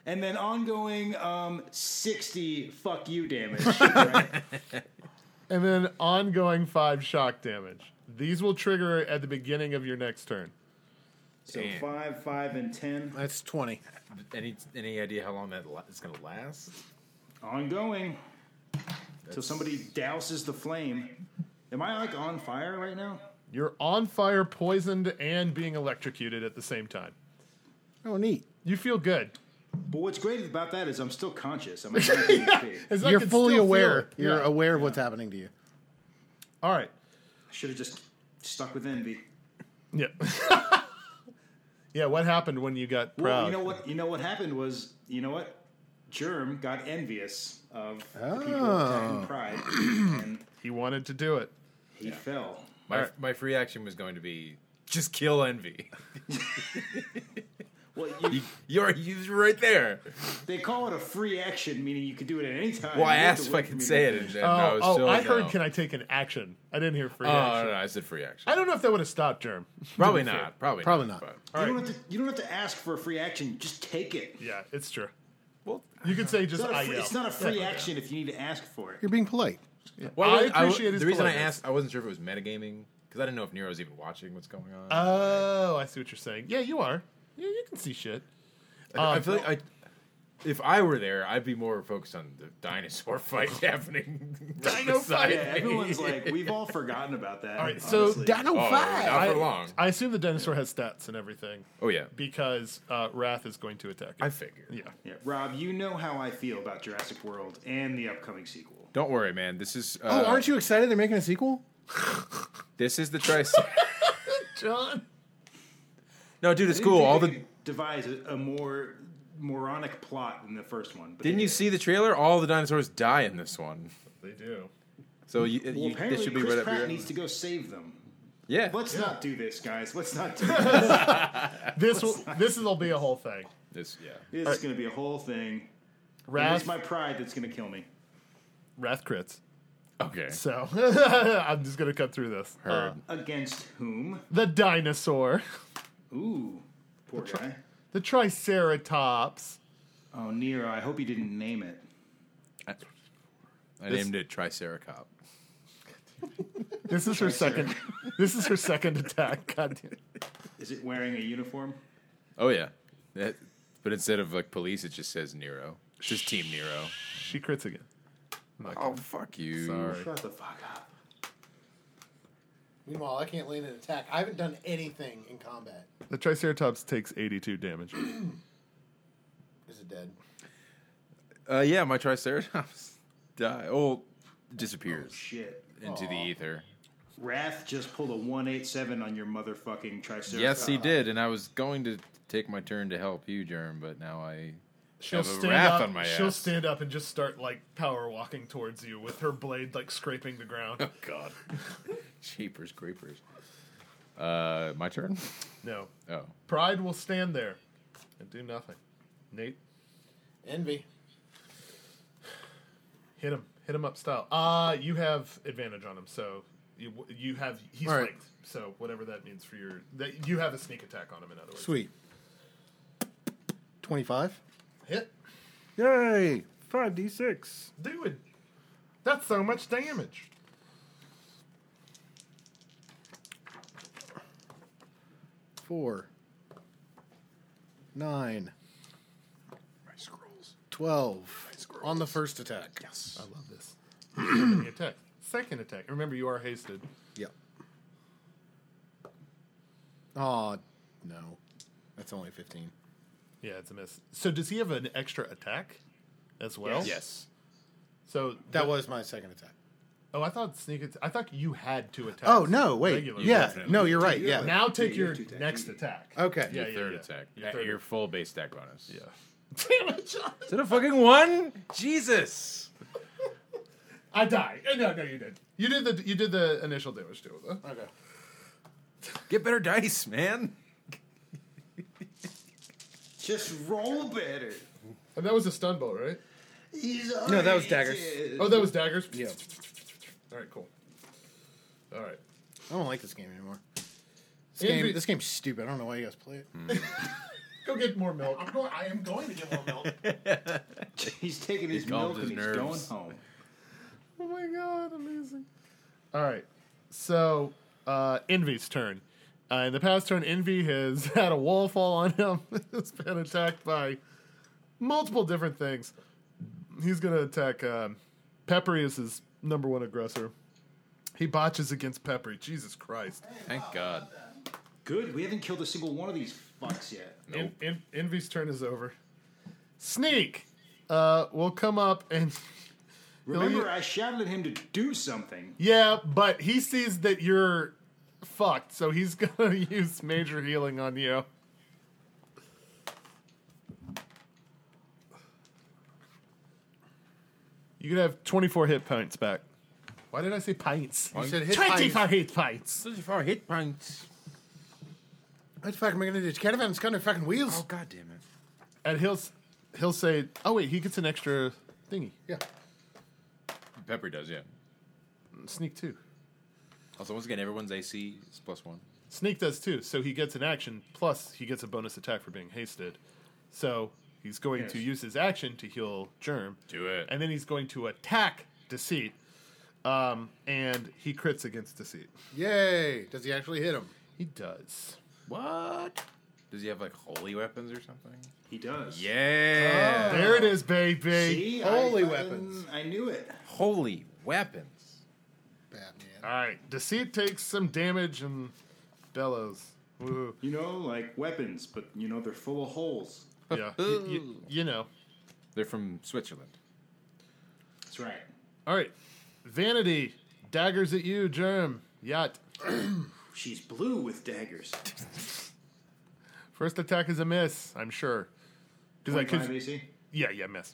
Speaker 7: And then ongoing um 60 fuck you damage. right?
Speaker 3: and then ongoing 5 shock damage. These will trigger at the beginning of your next turn.
Speaker 7: So
Speaker 6: Damn.
Speaker 7: five, five, and ten
Speaker 5: That's twenty.
Speaker 6: Any any idea how long that la- is going to last?
Speaker 7: ongoing. Till somebody douses the flame. Am I like on fire right now?
Speaker 3: You're on fire, poisoned, and being electrocuted at the same time.
Speaker 5: Oh, neat.
Speaker 3: You feel good.
Speaker 7: But what's great about that is I'm still conscious. I'm at 19 HP.
Speaker 3: It's like
Speaker 5: You're
Speaker 3: it's
Speaker 5: fully
Speaker 3: still
Speaker 5: aware.
Speaker 3: feel-
Speaker 5: You're
Speaker 3: Yeah.
Speaker 5: aware of what's happening to you.
Speaker 3: All right.
Speaker 7: Should have just stuck with envy.
Speaker 3: Yeah. <laughs> yeah, what happened when you got proud?
Speaker 7: Well, you know what? You know what happened was, you know what? Germ got envious of the people attacking Pride, and
Speaker 3: he wanted to do it.
Speaker 7: he fell.
Speaker 6: My,
Speaker 3: Alright.
Speaker 6: my free action was going to be just kill <laughs> envy.
Speaker 7: Well, you,
Speaker 6: You're he's right there.
Speaker 7: they call it a free action, mean you can do it at any time.
Speaker 6: Well, I
Speaker 7: You have to
Speaker 6: asked if I
Speaker 7: wait for
Speaker 6: could
Speaker 7: me to
Speaker 6: say it, and
Speaker 7: finish.
Speaker 6: then
Speaker 3: Oh,
Speaker 6: I was
Speaker 3: oh,
Speaker 6: still
Speaker 3: I
Speaker 6: like,
Speaker 3: heard
Speaker 6: no.
Speaker 3: can I take an action? I didn't hear free
Speaker 6: Oh,
Speaker 3: action.
Speaker 6: no, no, I said free action.
Speaker 3: I don't know if that would have stopped Germ.
Speaker 6: Probably not. Probably
Speaker 5: Probably
Speaker 6: not.
Speaker 5: not.
Speaker 7: You don't, have to, you don't have to ask for a free action. Just take it.
Speaker 3: Yeah, it's true.
Speaker 6: Well,
Speaker 3: You could say just
Speaker 7: It's not
Speaker 3: I
Speaker 7: a free,
Speaker 3: yell.
Speaker 7: it's not a free action if you need to ask for it.
Speaker 3: <laughs>
Speaker 5: You're being polite.
Speaker 6: Well,
Speaker 3: I
Speaker 6: I, I-
Speaker 3: appreciate his
Speaker 6: the reason I
Speaker 3: politeness.
Speaker 6: asked. I wasn't sure if it was metagaming because I didn't know if Nero was even watching what's going on.
Speaker 3: Oh, I see what you're saying. Yeah, you are. Yeah, you can see
Speaker 7: <laughs>
Speaker 3: shit. um,
Speaker 6: I feel like I, if I were there, I'd be more focused on the dinosaur <laughs> fight happening. right
Speaker 3: Dino
Speaker 6: beside
Speaker 7: Yeah,
Speaker 6: me.
Speaker 7: everyone's like, we've all forgotten about that.
Speaker 3: All right, so
Speaker 7: honestly.
Speaker 5: Dino
Speaker 6: Oh,
Speaker 5: five.
Speaker 6: not
Speaker 3: I-
Speaker 6: for long.
Speaker 3: I assume the dinosaur has stats and everything
Speaker 6: oh yeah,
Speaker 3: because uh, Wrath is going to attack
Speaker 6: I
Speaker 3: it.
Speaker 6: figured.
Speaker 3: Yeah.
Speaker 7: yeah, Rob, you know how I feel about Jurassic World and the upcoming sequel.
Speaker 6: Don't worry, man. This is uh,
Speaker 5: Oh, aren't you excited they're making a sequel?
Speaker 6: This is the trice.
Speaker 3: John.
Speaker 6: <laughs> no, dude, it's
Speaker 7: I didn't
Speaker 6: cool.
Speaker 7: think
Speaker 6: All
Speaker 7: they
Speaker 6: the
Speaker 7: could devise a, a more moronic plot than the first one. But
Speaker 6: didn't
Speaker 7: they
Speaker 6: you
Speaker 7: did.
Speaker 6: see the trailer? All the dinosaurs die in this one.
Speaker 3: They do.
Speaker 6: So you,
Speaker 7: Well,
Speaker 6: you, this
Speaker 7: apparently,
Speaker 6: should be
Speaker 7: Chris
Speaker 6: right up
Speaker 7: Pratt
Speaker 6: your
Speaker 7: needs to go save them.
Speaker 6: Yeah,
Speaker 3: <laughs>
Speaker 7: Let's not do this, guys. Let's not do this.
Speaker 3: This will. This will be a whole thing.
Speaker 6: This, yeah.
Speaker 7: It's going to be a whole thing. And
Speaker 3: Wrath,
Speaker 7: It's my pride that's going to kill me.
Speaker 3: wrath crits.
Speaker 6: Okay.
Speaker 3: So <laughs> I'm just gonna cut through this. Uh,
Speaker 6: Heard.
Speaker 7: Against whom?
Speaker 3: The dinosaur,
Speaker 7: Ooh, poor guy.
Speaker 3: the Triceratops.
Speaker 7: Oh, Nero, I hope you didn't name it.
Speaker 6: I, I named it Triceracop.
Speaker 3: This is her second. This is her second attack. God damn.
Speaker 7: Is it wearing a uniform?
Speaker 6: Oh yeah. That, but instead of like police, it just says Nero. It's just Team Nero.
Speaker 3: She crits again.
Speaker 6: Oh fuck you. Sorry.
Speaker 7: Shut the fuck up.
Speaker 9: Meanwhile, I can't land an attack. I haven't done anything in combat.
Speaker 3: The Triceratops takes 82 damage.
Speaker 9: Is it dead?
Speaker 6: Uh, yeah, my Triceratops <laughs> die. Oh, disappears
Speaker 7: Oh, Shit.
Speaker 6: into the ether.
Speaker 7: Wrath just pulled a 187 on your motherfucking triceratops.
Speaker 6: Yes, he did, and I was going to take my turn to help you, Germ, but now I
Speaker 3: She'll
Speaker 6: have a
Speaker 3: stand
Speaker 6: wrath
Speaker 3: up.
Speaker 6: on my
Speaker 3: she'll
Speaker 6: ass.
Speaker 3: stand up and just start like power walking towards you with her blade like scraping the ground.
Speaker 6: Oh, God. Cheapers creepers. Uh, my turn.
Speaker 3: No,
Speaker 6: Oh,
Speaker 3: pride will stand there and do nothing. Nate,
Speaker 9: Envy.
Speaker 3: hit him. Hit him up style. Uh you have advantage on him, so you you have he's
Speaker 6: All right.
Speaker 3: flanked. So whatever that means for your that you have a sneak attack on him. In other words,
Speaker 9: Sweet. 25.
Speaker 3: hit.
Speaker 8: Yay! 5d6.
Speaker 3: Dude, that's so much damage.
Speaker 9: Four. Nine. Twelve. On the first attack. Yes.
Speaker 3: I
Speaker 5: Uh,
Speaker 3: love this. Second attack. Second attack. Remember, you are hasted.
Speaker 9: Yep. Aw, no. That's only 15.
Speaker 3: Yeah, it's a miss. So does he have an extra attack as well?
Speaker 6: yes.
Speaker 3: So
Speaker 9: That
Speaker 3: the-
Speaker 9: was my second attack.
Speaker 3: Oh, I thought sneak. Att- I thought you had two attacks.
Speaker 9: Oh, no, wait.
Speaker 3: Regular
Speaker 9: yeah.
Speaker 3: attack.
Speaker 9: No, you're right. Yeah.
Speaker 3: Now take
Speaker 7: you
Speaker 3: your
Speaker 7: have two attacks.
Speaker 3: next attack.
Speaker 9: okay.
Speaker 3: Yeah,
Speaker 6: Your
Speaker 3: yeah,
Speaker 6: third
Speaker 3: yeah.
Speaker 6: attack.
Speaker 3: Your
Speaker 6: Your,
Speaker 3: third-
Speaker 6: your full base stack bonus.
Speaker 3: Yeah. Damn it, John.
Speaker 6: Is it a fucking one? Jesus.
Speaker 3: <laughs> I die. Eh, No, no, you did. You did the you did the initial damage to it. Though.
Speaker 9: Okay.
Speaker 6: Get better dice, man.
Speaker 7: Just roll better.
Speaker 3: And that was a stun bolt, right?
Speaker 7: He's
Speaker 9: No, that was daggers.
Speaker 7: oriented.
Speaker 3: Oh, that was daggers.
Speaker 9: Yeah.
Speaker 3: All right, cool. All right.
Speaker 9: I don't like this game anymore. This,
Speaker 3: Andrew-
Speaker 9: game, this game's stupid. I don't know why you guys play it.
Speaker 3: Go get more milk.
Speaker 9: I'm going, I am going to get more milk.
Speaker 7: He's taking his
Speaker 6: calmed
Speaker 7: milk
Speaker 6: his
Speaker 7: and he's going
Speaker 6: nerves.
Speaker 7: home.
Speaker 3: Oh my god, amazing. All right. So, uh, Envy's turn. Uh, in the past turn, Envy has <laughs> had a wall fall on him. <laughs> He's been attacked by multiple different things. He's going to attack. Um, Peppery is his number one aggressor. He botches against Peppery. Jesus Christ.
Speaker 6: Thank God.
Speaker 7: Good, we haven't killed a single one of these fucks yet.
Speaker 3: En- En- Envy's turn is over. Sneak uh, will come up and.
Speaker 7: Remember, I shouted at him to do something.
Speaker 3: Yeah, but he sees that you're fucked, so he's <laughs> gonna use major healing on you. You could have 24 hit points back. Why did I say pints?
Speaker 9: You said hit
Speaker 3: 24
Speaker 9: points.
Speaker 3: hit points.
Speaker 6: Such far hit points.
Speaker 9: What the fuck am I going to do? Catavan's got no fucking wheels.
Speaker 6: god damn it.
Speaker 3: And he'll s- he'll say, "Oh wait, he gets an extra thingy.
Speaker 9: Yeah.
Speaker 6: Pepper does, yeah.
Speaker 3: Sneak two.
Speaker 6: Also, once again, everyone's AC is plus one.
Speaker 3: Sneak does too, so he gets an action, plus he gets a bonus attack for being hasted. So he's going to use his action to heal Germ.
Speaker 6: Do it.
Speaker 3: And then he's going to attack Deceit. Um, and he crits against Deceit.
Speaker 9: Yay. Does he actually hit him?
Speaker 3: He does.
Speaker 6: What? Does he have like holy weapons or something?
Speaker 7: He does.
Speaker 6: Yeah.
Speaker 3: There it is, baby.
Speaker 7: See,
Speaker 9: Holy
Speaker 7: I fucking-
Speaker 9: weapons.
Speaker 7: I knew it.
Speaker 6: Holy weapons.
Speaker 9: Batman.
Speaker 3: All right. Deceit takes some damage and bellows. Woohoo.
Speaker 7: You know, like weapons, but you know, they're full of holes.
Speaker 3: Yeah. y-
Speaker 6: <laughs>
Speaker 3: y- you know.
Speaker 6: They're from Switzerland.
Speaker 7: That's right.
Speaker 3: All right. Vanity daggers at you, Germ. Yacht.
Speaker 7: She's blue
Speaker 6: <laughs>
Speaker 7: with daggers.
Speaker 3: First attack is a miss, I'm sure. 'Cause I could-
Speaker 7: 25 AC.
Speaker 3: Yeah, yeah, miss.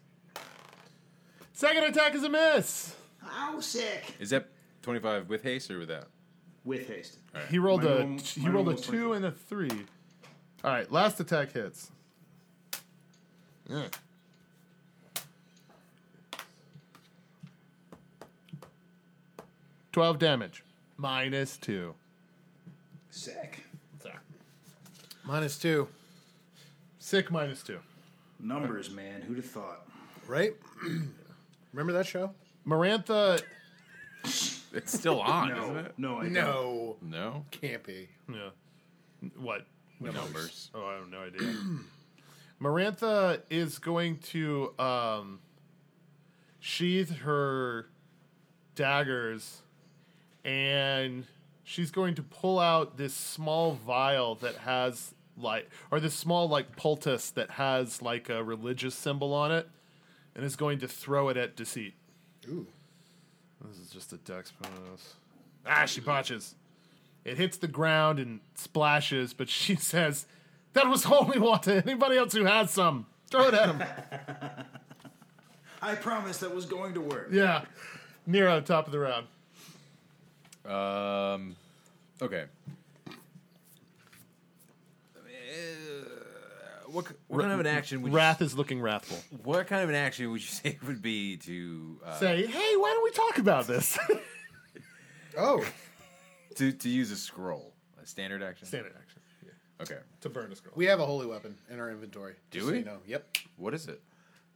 Speaker 3: Second attack is a miss.
Speaker 7: How sick!
Speaker 6: Is that 25 with haste or without?
Speaker 7: With haste.
Speaker 3: He rolled
Speaker 7: Mine
Speaker 3: a
Speaker 7: almo-
Speaker 3: he
Speaker 7: mine
Speaker 3: rolled a
Speaker 7: almost
Speaker 3: two
Speaker 7: went.
Speaker 3: and a three. All right, last attack hits. 12 damage. Minus two.
Speaker 7: Sick.
Speaker 9: Minus two,
Speaker 3: Sick minus two.
Speaker 7: Numbers, man. Who'd have thought?
Speaker 9: right? <clears throat> Remember that show?
Speaker 3: Marantha.
Speaker 6: It's still on, isn't it?
Speaker 7: No, no, I don't.
Speaker 9: No,
Speaker 6: No.
Speaker 9: can't be.
Speaker 3: Yeah. What?
Speaker 6: Numbers.
Speaker 3: Oh, I have no idea. <clears throat> Marantha is going to um, sheath her daggers and she's going to pull out this small vial that has like or this small like poultice that has like a religious symbol on it and is going to throw it at deceit.
Speaker 9: Ooh.
Speaker 3: This is just a dex bonus. Ah, she botches. It hits the ground and splashes, but she <laughs> says, That was holy water. Anybody else who has some, throw it at <laughs> him.
Speaker 7: I promise that was going to work.
Speaker 3: yeah. Nero, top of the round.
Speaker 6: Um, okay. Uh, What, k- what kind of an action would you,
Speaker 3: Wrath is looking wrathful.
Speaker 6: what kind of an action would you say would be to uh,
Speaker 3: Say, hey, why don't we talk about this? <laughs>
Speaker 9: Oh,
Speaker 6: to to use a scroll a standard action
Speaker 3: Standard action.
Speaker 6: okay
Speaker 3: To burn a scroll.
Speaker 9: we have a holy weapon in our inventory.
Speaker 6: Do
Speaker 9: just so
Speaker 6: we?
Speaker 9: you know. Yep.
Speaker 6: what is it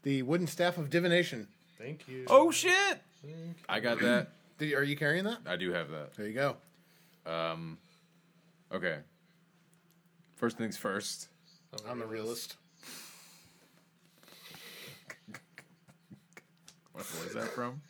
Speaker 9: The wooden staff of divination.
Speaker 3: Thank you.
Speaker 6: oh shit I got that
Speaker 9: Did, are you carrying that?
Speaker 6: I do have that
Speaker 9: There you go.
Speaker 6: okay first things first
Speaker 9: I'm a realist.
Speaker 6: what was that
Speaker 3: <laughs>
Speaker 6: from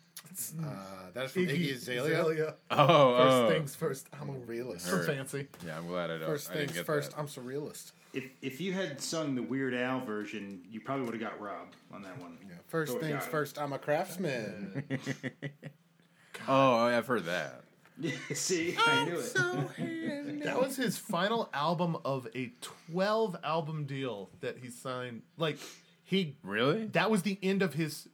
Speaker 9: Uh, that is from Iggy, Azalea.
Speaker 6: oh
Speaker 3: First
Speaker 6: oh.
Speaker 3: things first. I'm
Speaker 9: I'm a realist.
Speaker 3: so fancy.
Speaker 6: yeah I'm glad I don't
Speaker 9: First
Speaker 6: I didn't
Speaker 9: things
Speaker 6: get
Speaker 9: first,
Speaker 6: that.
Speaker 9: I'm surrealist.
Speaker 7: If if you had sung the Weird Al version, you probably would have got robbed on that one.
Speaker 9: First
Speaker 7: Oh,
Speaker 9: things
Speaker 7: God.
Speaker 9: first, I'm a craftsman.
Speaker 6: oh I've heard that
Speaker 7: <laughs> See, I knew it.
Speaker 3: That was his final album of a 12 album deal that he signed. Like, he.
Speaker 6: really
Speaker 3: That was the end of his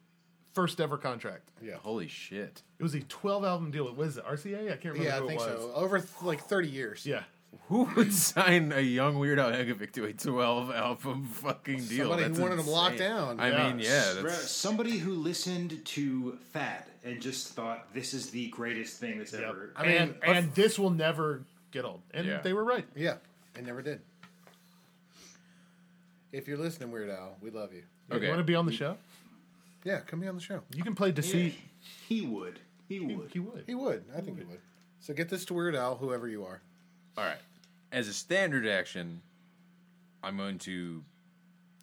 Speaker 3: first ever contract.
Speaker 6: holy shit
Speaker 3: It was a 12 album deal. What is it? RCA? I can't remember
Speaker 9: yeah,
Speaker 3: <laughs>
Speaker 9: I
Speaker 3: who
Speaker 9: think
Speaker 3: it was.
Speaker 9: so. Over th- like 30 years.
Speaker 3: Yeah.
Speaker 6: Who would sign a young Weird Al Yankovic to a 12 album fucking deal?
Speaker 9: Somebody who
Speaker 6: That's
Speaker 9: wanted him
Speaker 6: insane.
Speaker 9: locked down.
Speaker 6: I
Speaker 3: Yeah.
Speaker 6: mean, yeah,
Speaker 7: Bruh,
Speaker 6: that's
Speaker 7: Somebody who listened to Fat and just thought this is the greatest thing that's
Speaker 3: Yep.
Speaker 7: ever.
Speaker 3: I mean, and, and this will never get old. And
Speaker 6: Yeah.
Speaker 3: they were right.
Speaker 9: Yeah, I never did. If you're listening, Weird Al, we love you.
Speaker 3: You
Speaker 6: okay.
Speaker 3: want to be on the show?
Speaker 9: Yeah, come be on the show.
Speaker 3: You can play Deceit. <laughs>
Speaker 7: he would. He would.
Speaker 3: He would.
Speaker 9: He would. I think he would. So get this to Weird Al, whoever you are.
Speaker 6: All right. As a standard action, I'm going to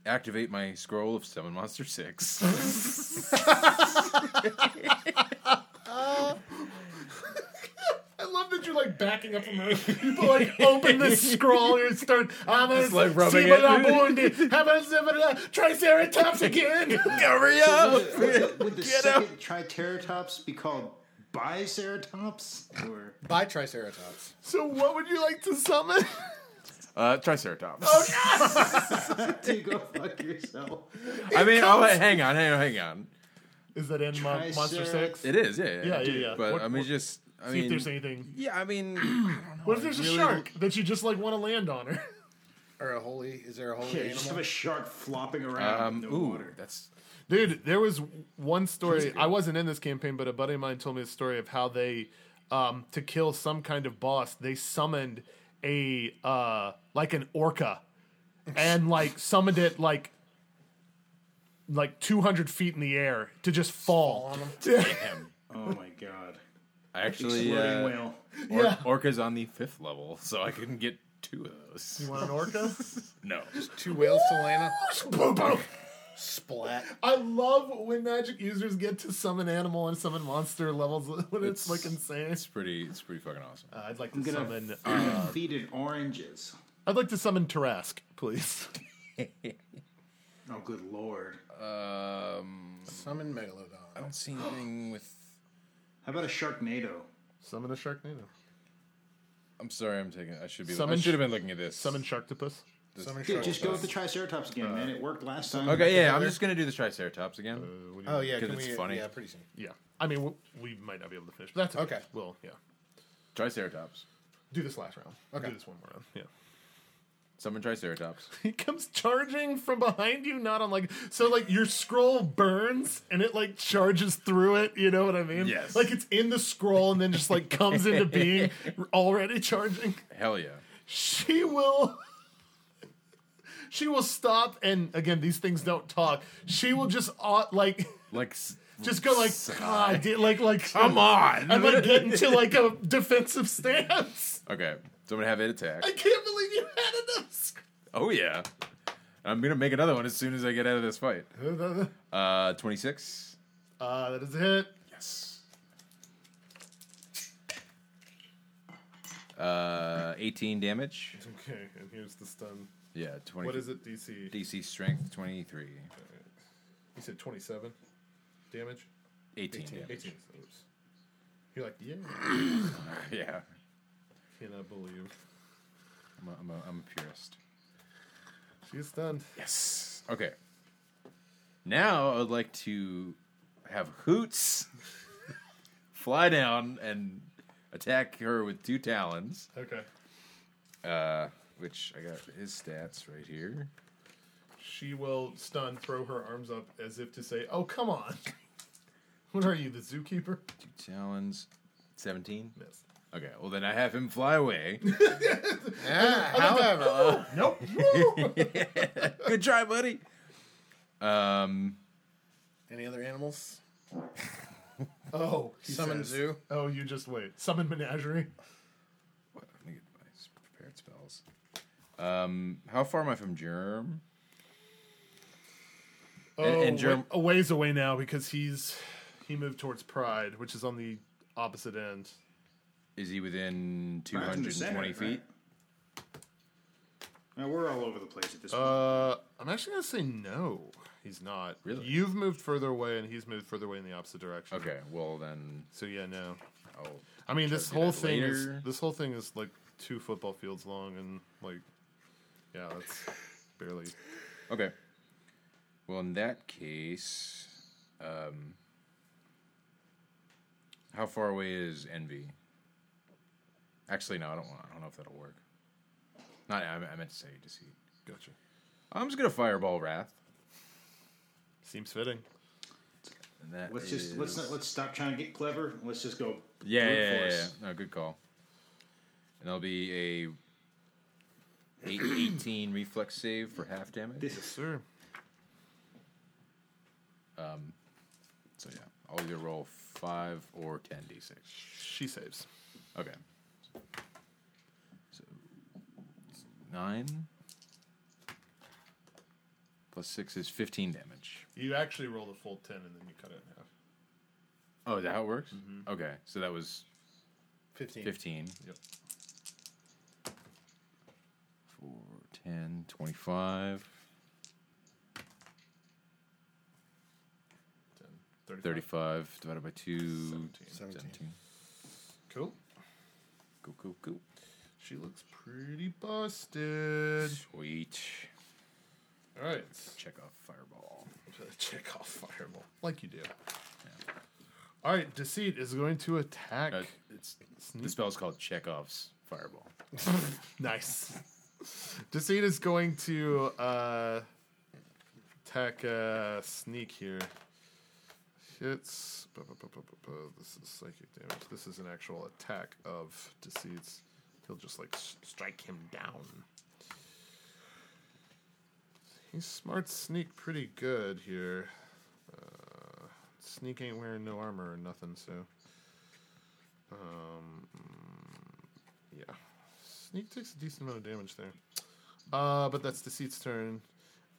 Speaker 6: activate my scroll of Summon
Speaker 3: <laughs>
Speaker 6: Monster 6.
Speaker 3: I love that you're like backing up from her. People like open this scroll and start. I'm a
Speaker 6: like, rubbing
Speaker 3: Cibalabundi, have a Cibala- Triceratops again. <laughs>
Speaker 6: Hurry up!
Speaker 7: would the, would the second Triceratops be called Biceratops? Or
Speaker 9: Bye, Triceratops.
Speaker 3: so, what would you like to summon?
Speaker 6: <laughs> Uh, Triceratops.
Speaker 3: Oh,
Speaker 7: do you go <laughs> fuck yourself?
Speaker 3: <laughs>
Speaker 6: I mean, I'll, hang on, hang on, hang on.
Speaker 3: Is that in Mon- Monster Six?
Speaker 7: Tricerat-
Speaker 6: It is, yeah. Yeah,
Speaker 3: Yeah, yeah, yeah.
Speaker 6: But,
Speaker 3: What-
Speaker 6: I mean,
Speaker 3: what-
Speaker 6: just. I
Speaker 3: See if
Speaker 6: mean,
Speaker 3: there's anything.
Speaker 6: yeah, I mean,
Speaker 3: What if there's a
Speaker 6: really-
Speaker 3: shark that you just like want to land on her?
Speaker 9: Or a holy? Is there a holy
Speaker 7: Yeah, you just have
Speaker 9: animal?
Speaker 7: a shark flopping around
Speaker 6: um,
Speaker 7: in the
Speaker 6: ooh,
Speaker 7: water.
Speaker 6: that's.
Speaker 3: Dude, there was one story. I wasn't in this campaign, but a buddy of mine told me a story of how they, um, to kill some kind of boss, they summoned a uh, like an orca, and <laughs> like summoned it like like two hundred feet in the air to just fall.
Speaker 7: Oh my god.
Speaker 6: I actually.
Speaker 7: Exploding
Speaker 6: Uh,
Speaker 7: whale.
Speaker 6: Or-
Speaker 3: Yeah.
Speaker 6: Orca's on the fifth level, so I can get two of those.
Speaker 3: You want an orca?
Speaker 6: No.
Speaker 9: Two whales to Lana?
Speaker 3: <laughs> Boom, boom.
Speaker 9: Splat.
Speaker 3: I love when magic users get to summon animal and summon monster levels <laughs> when it's, like insane.
Speaker 6: It's pretty. It's pretty fucking awesome.
Speaker 3: Uh, I'd like to
Speaker 7: I'm gonna
Speaker 3: summon.
Speaker 7: I'm gonna feed it oranges.
Speaker 3: I'd like to summon Tarask, please.
Speaker 7: Oh good lord.
Speaker 6: Um,
Speaker 9: Summon Megalodon.
Speaker 6: I don't see anything with.
Speaker 7: How about a sharknado?
Speaker 3: <laughs> Summon a Sharknado.
Speaker 6: I'm sorry. I'm taking. I should be.
Speaker 3: Summon
Speaker 6: I
Speaker 3: sh-
Speaker 6: should have been looking at this.
Speaker 3: Summon Sharktopus.
Speaker 9: Summon
Speaker 7: Dude,
Speaker 9: Shark.
Speaker 7: just go with the Triceratops
Speaker 3: Uh,
Speaker 7: again, man. It worked last time.
Speaker 6: Okay. Yeah. I'm just gonna do the Triceratops again.
Speaker 9: Oh, yeah.
Speaker 6: 'Cause
Speaker 9: Can
Speaker 6: it's
Speaker 9: we,
Speaker 6: funny.
Speaker 9: Yeah, pretty soon.
Speaker 3: Yeah. I mean, w- we might not be able to finish, but that's okay.
Speaker 9: Okay.
Speaker 3: Well, yeah.
Speaker 6: Triceratops.
Speaker 3: Do this last round.
Speaker 9: Okay.
Speaker 3: Do this one more round. Yeah.
Speaker 2: Summon
Speaker 6: <laughs>
Speaker 2: Triceratops.
Speaker 3: <laughs> He comes charging from behind you, not on like so like your scroll burns and it like charges through it. You know what I mean?
Speaker 2: Yes.
Speaker 3: Like it's in the scroll and then just like comes into <laughs> being already charging.
Speaker 2: Hell yeah.
Speaker 3: She will. She will stop and again these things don't talk. She will just uh, like
Speaker 2: Like, s-
Speaker 3: just go like God, di- like like
Speaker 2: come on.
Speaker 3: and like get into like a defensive stance.
Speaker 2: okay, so I'm gonna have it attack.
Speaker 3: I can't believe you had enough. sc-
Speaker 2: Oh yeah. I'm gonna make another one as soon as I get out of this fight. Uh, 26.
Speaker 3: Uh, that is it.
Speaker 2: Yes. Uh, 18 damage.
Speaker 3: Okay, and here's the stun.
Speaker 2: Yeah, 20.
Speaker 3: What is it, DC?
Speaker 2: DC strength 23.
Speaker 3: You said 27 damage?
Speaker 2: 18. damage.
Speaker 3: 18. Oops. You're like, yeah.
Speaker 2: Yeah.
Speaker 3: Cannot believe.
Speaker 2: I'm a, I'm a, I'm a purist.
Speaker 3: She's stunned.
Speaker 2: Yes. Okay. Now I would like to have Hoots <laughs> fly down and attack her with two talons.
Speaker 3: Okay.
Speaker 2: Uh, which I got his stats right here.
Speaker 3: She will stun, throw her arms up as if to say, oh, come on. <laughs> What are you, the zookeeper?
Speaker 2: Two talons, seventeen.
Speaker 3: Yes.
Speaker 2: Okay, well then I have him fly away.
Speaker 5: However,
Speaker 3: Nope.
Speaker 2: Good try, buddy. Um,
Speaker 5: any
Speaker 3: <laughs>
Speaker 5: other animals?
Speaker 3: oh, he
Speaker 5: Summon
Speaker 3: says.
Speaker 5: zoo.
Speaker 3: Oh, you just wait. Summon menagerie.
Speaker 2: what, let me get my s- prepared spells. Um, how far am I from Germ?
Speaker 3: Oh,
Speaker 2: and Germ-
Speaker 3: wa- a ways away now because he's he moved towards Pride, which is on the opposite end.
Speaker 2: Is he within two
Speaker 6: Right in the
Speaker 2: hundred and
Speaker 6: center,
Speaker 2: twenty
Speaker 6: right?
Speaker 2: feet?
Speaker 6: Now we're all over the place at this point.
Speaker 3: Uh, I'm actually gonna say no. He's not.
Speaker 2: Really?
Speaker 3: You've moved further away, and he's moved further away in the opposite direction.
Speaker 2: Okay, well then,
Speaker 3: So yeah, no.
Speaker 2: I'll
Speaker 3: I mean, this
Speaker 2: do
Speaker 3: whole
Speaker 2: that
Speaker 3: thing is
Speaker 2: later.
Speaker 3: this whole thing is like two football fields long, and like, yeah, that's barely.
Speaker 2: Okay. Well, in that case, um, how far away is Envy? Actually, no, I don't want. I don't know if that'll work. Not. I, I meant to say deceit.
Speaker 3: Gotcha.
Speaker 2: I'm just gonna fireball Wrath.
Speaker 3: Seems fitting.
Speaker 2: And that
Speaker 6: let's just let's
Speaker 2: is-
Speaker 6: not, let's stop trying to get clever. Let's just go.
Speaker 2: yeah,
Speaker 6: brute
Speaker 2: yeah, yeah,
Speaker 6: force.
Speaker 2: yeah. No, good call. And that'll be a eight- <coughs> 18 reflex save for half damage.
Speaker 3: Yes, sir.
Speaker 2: Um, So yeah, I'll either roll five or ten d6.
Speaker 3: She saves.
Speaker 2: Okay. So nine plus six is fifteen damage.
Speaker 3: You actually roll the full ten, and then you cut it in half.
Speaker 2: Oh, is that how it works? Okay, so that was
Speaker 5: 15.
Speaker 2: fifteen.
Speaker 3: Yep.
Speaker 2: Four, 10, 25,
Speaker 3: 10, 35.
Speaker 2: 35 divided by two.
Speaker 3: Seventeen.
Speaker 2: 17.
Speaker 3: Cool.
Speaker 2: Cool, cool, cool.
Speaker 3: She looks pretty busted.
Speaker 2: Sweet.
Speaker 3: All right.
Speaker 2: Check off fireball.
Speaker 3: Check off fireball like you do. All right, deceit is going to attack.
Speaker 2: Uh, it's, the spell's called Chekhov's fireball.
Speaker 3: Nice. Deceit is going to uh, attack uh, sneak here. Hits. bu- bu- bu- bu- bu- bu- This is psychic damage. This is an actual attack of Deceit's. He'll just like s- strike him down. He smarts sneak pretty good here. Uh, sneak ain't wearing no armor or nothing, so. Um, yeah. Sneak takes a decent amount of damage there. Uh, but that's Deceit's turn.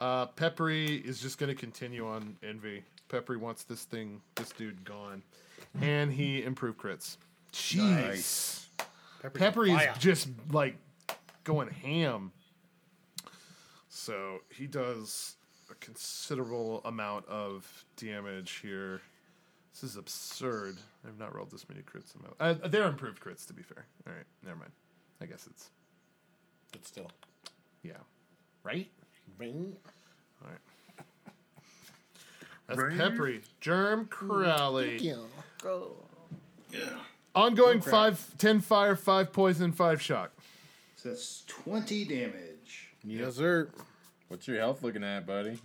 Speaker 3: Uh, Peppery is just going to continue on Envy. Peppery wants this thing, this dude gone. And he improved crits. Jeez. Peppery is just like going ham. So he does a considerable amount of damage here. This is absurd. I've not rolled this many crits. In my uh, they're improved crits, to be fair. All right, never mind. I guess it's
Speaker 5: But still.
Speaker 3: yeah, right.
Speaker 5: Ring.
Speaker 3: All right. That's peppery. Germ Crowley.
Speaker 5: Kill.
Speaker 3: Ongoing five, ten fire, five poison, five shock.
Speaker 6: So that's twenty damage.
Speaker 9: Yes, sir.
Speaker 6: What's your health looking at, buddy?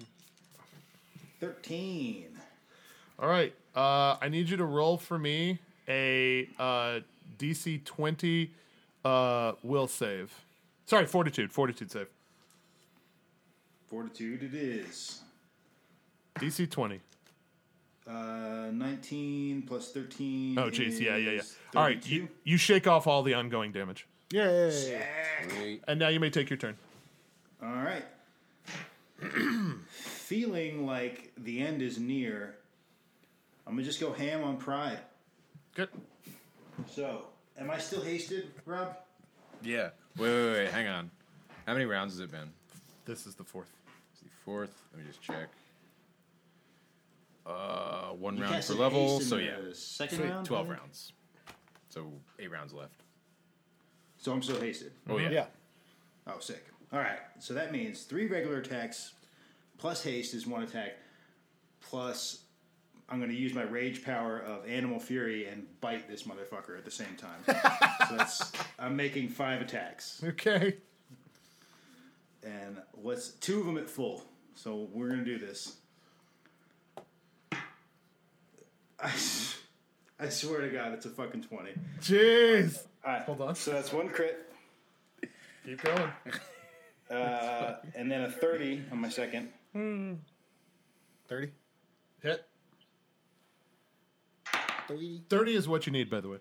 Speaker 7: 13.
Speaker 3: All right. Uh, I need you to roll for me a uh, DC 20 uh, will save. Sorry, fortitude. Fortitude save.
Speaker 7: Fortitude it is.
Speaker 3: DC 20.
Speaker 7: Uh, 19 plus 13.
Speaker 3: Oh, jeez. Yeah, yeah, yeah.
Speaker 7: is
Speaker 3: All right.
Speaker 7: 32.
Speaker 3: You, you shake off all the ongoing damage.
Speaker 9: Yay.
Speaker 3: And now you may take your turn.
Speaker 7: All right. <clears throat> Feeling like the end is near, I'm going to just go ham on pride.
Speaker 3: Good.
Speaker 7: So, am I still hasted, Rob?
Speaker 6: Yeah. Wait, wait, wait. Hang on. How many rounds has it been?
Speaker 3: This is the fourth.
Speaker 6: It's the fourth. Let me just check. Uh, one
Speaker 7: You
Speaker 6: round per
Speaker 7: casted
Speaker 6: level.
Speaker 7: haste in
Speaker 6: So
Speaker 7: the
Speaker 6: yeah,
Speaker 7: Second
Speaker 6: Sweet.
Speaker 7: round?
Speaker 6: twelve rounds. So eight rounds left.
Speaker 7: So I'm still hasted.
Speaker 6: Oh yeah.
Speaker 9: Yeah.
Speaker 7: Oh, sick. All right. So that means three regular attacks plus haste is one attack. Plus, I'm going to use my rage power of animal fury and bite this motherfucker at the same time. so that's I'm making five attacks,
Speaker 3: Okay.
Speaker 7: and let's two of them at full. So we're going to do this. <laughs> I, s- I swear to God, it's a fucking twenty.
Speaker 3: Jeez.
Speaker 7: All right.
Speaker 3: Hold on.
Speaker 7: So that's one crit,
Speaker 3: Keep going.
Speaker 7: uh, and then a thirty on my second.
Speaker 9: 30.
Speaker 3: Hit.
Speaker 9: 30.
Speaker 3: 30 is what you need, by the way.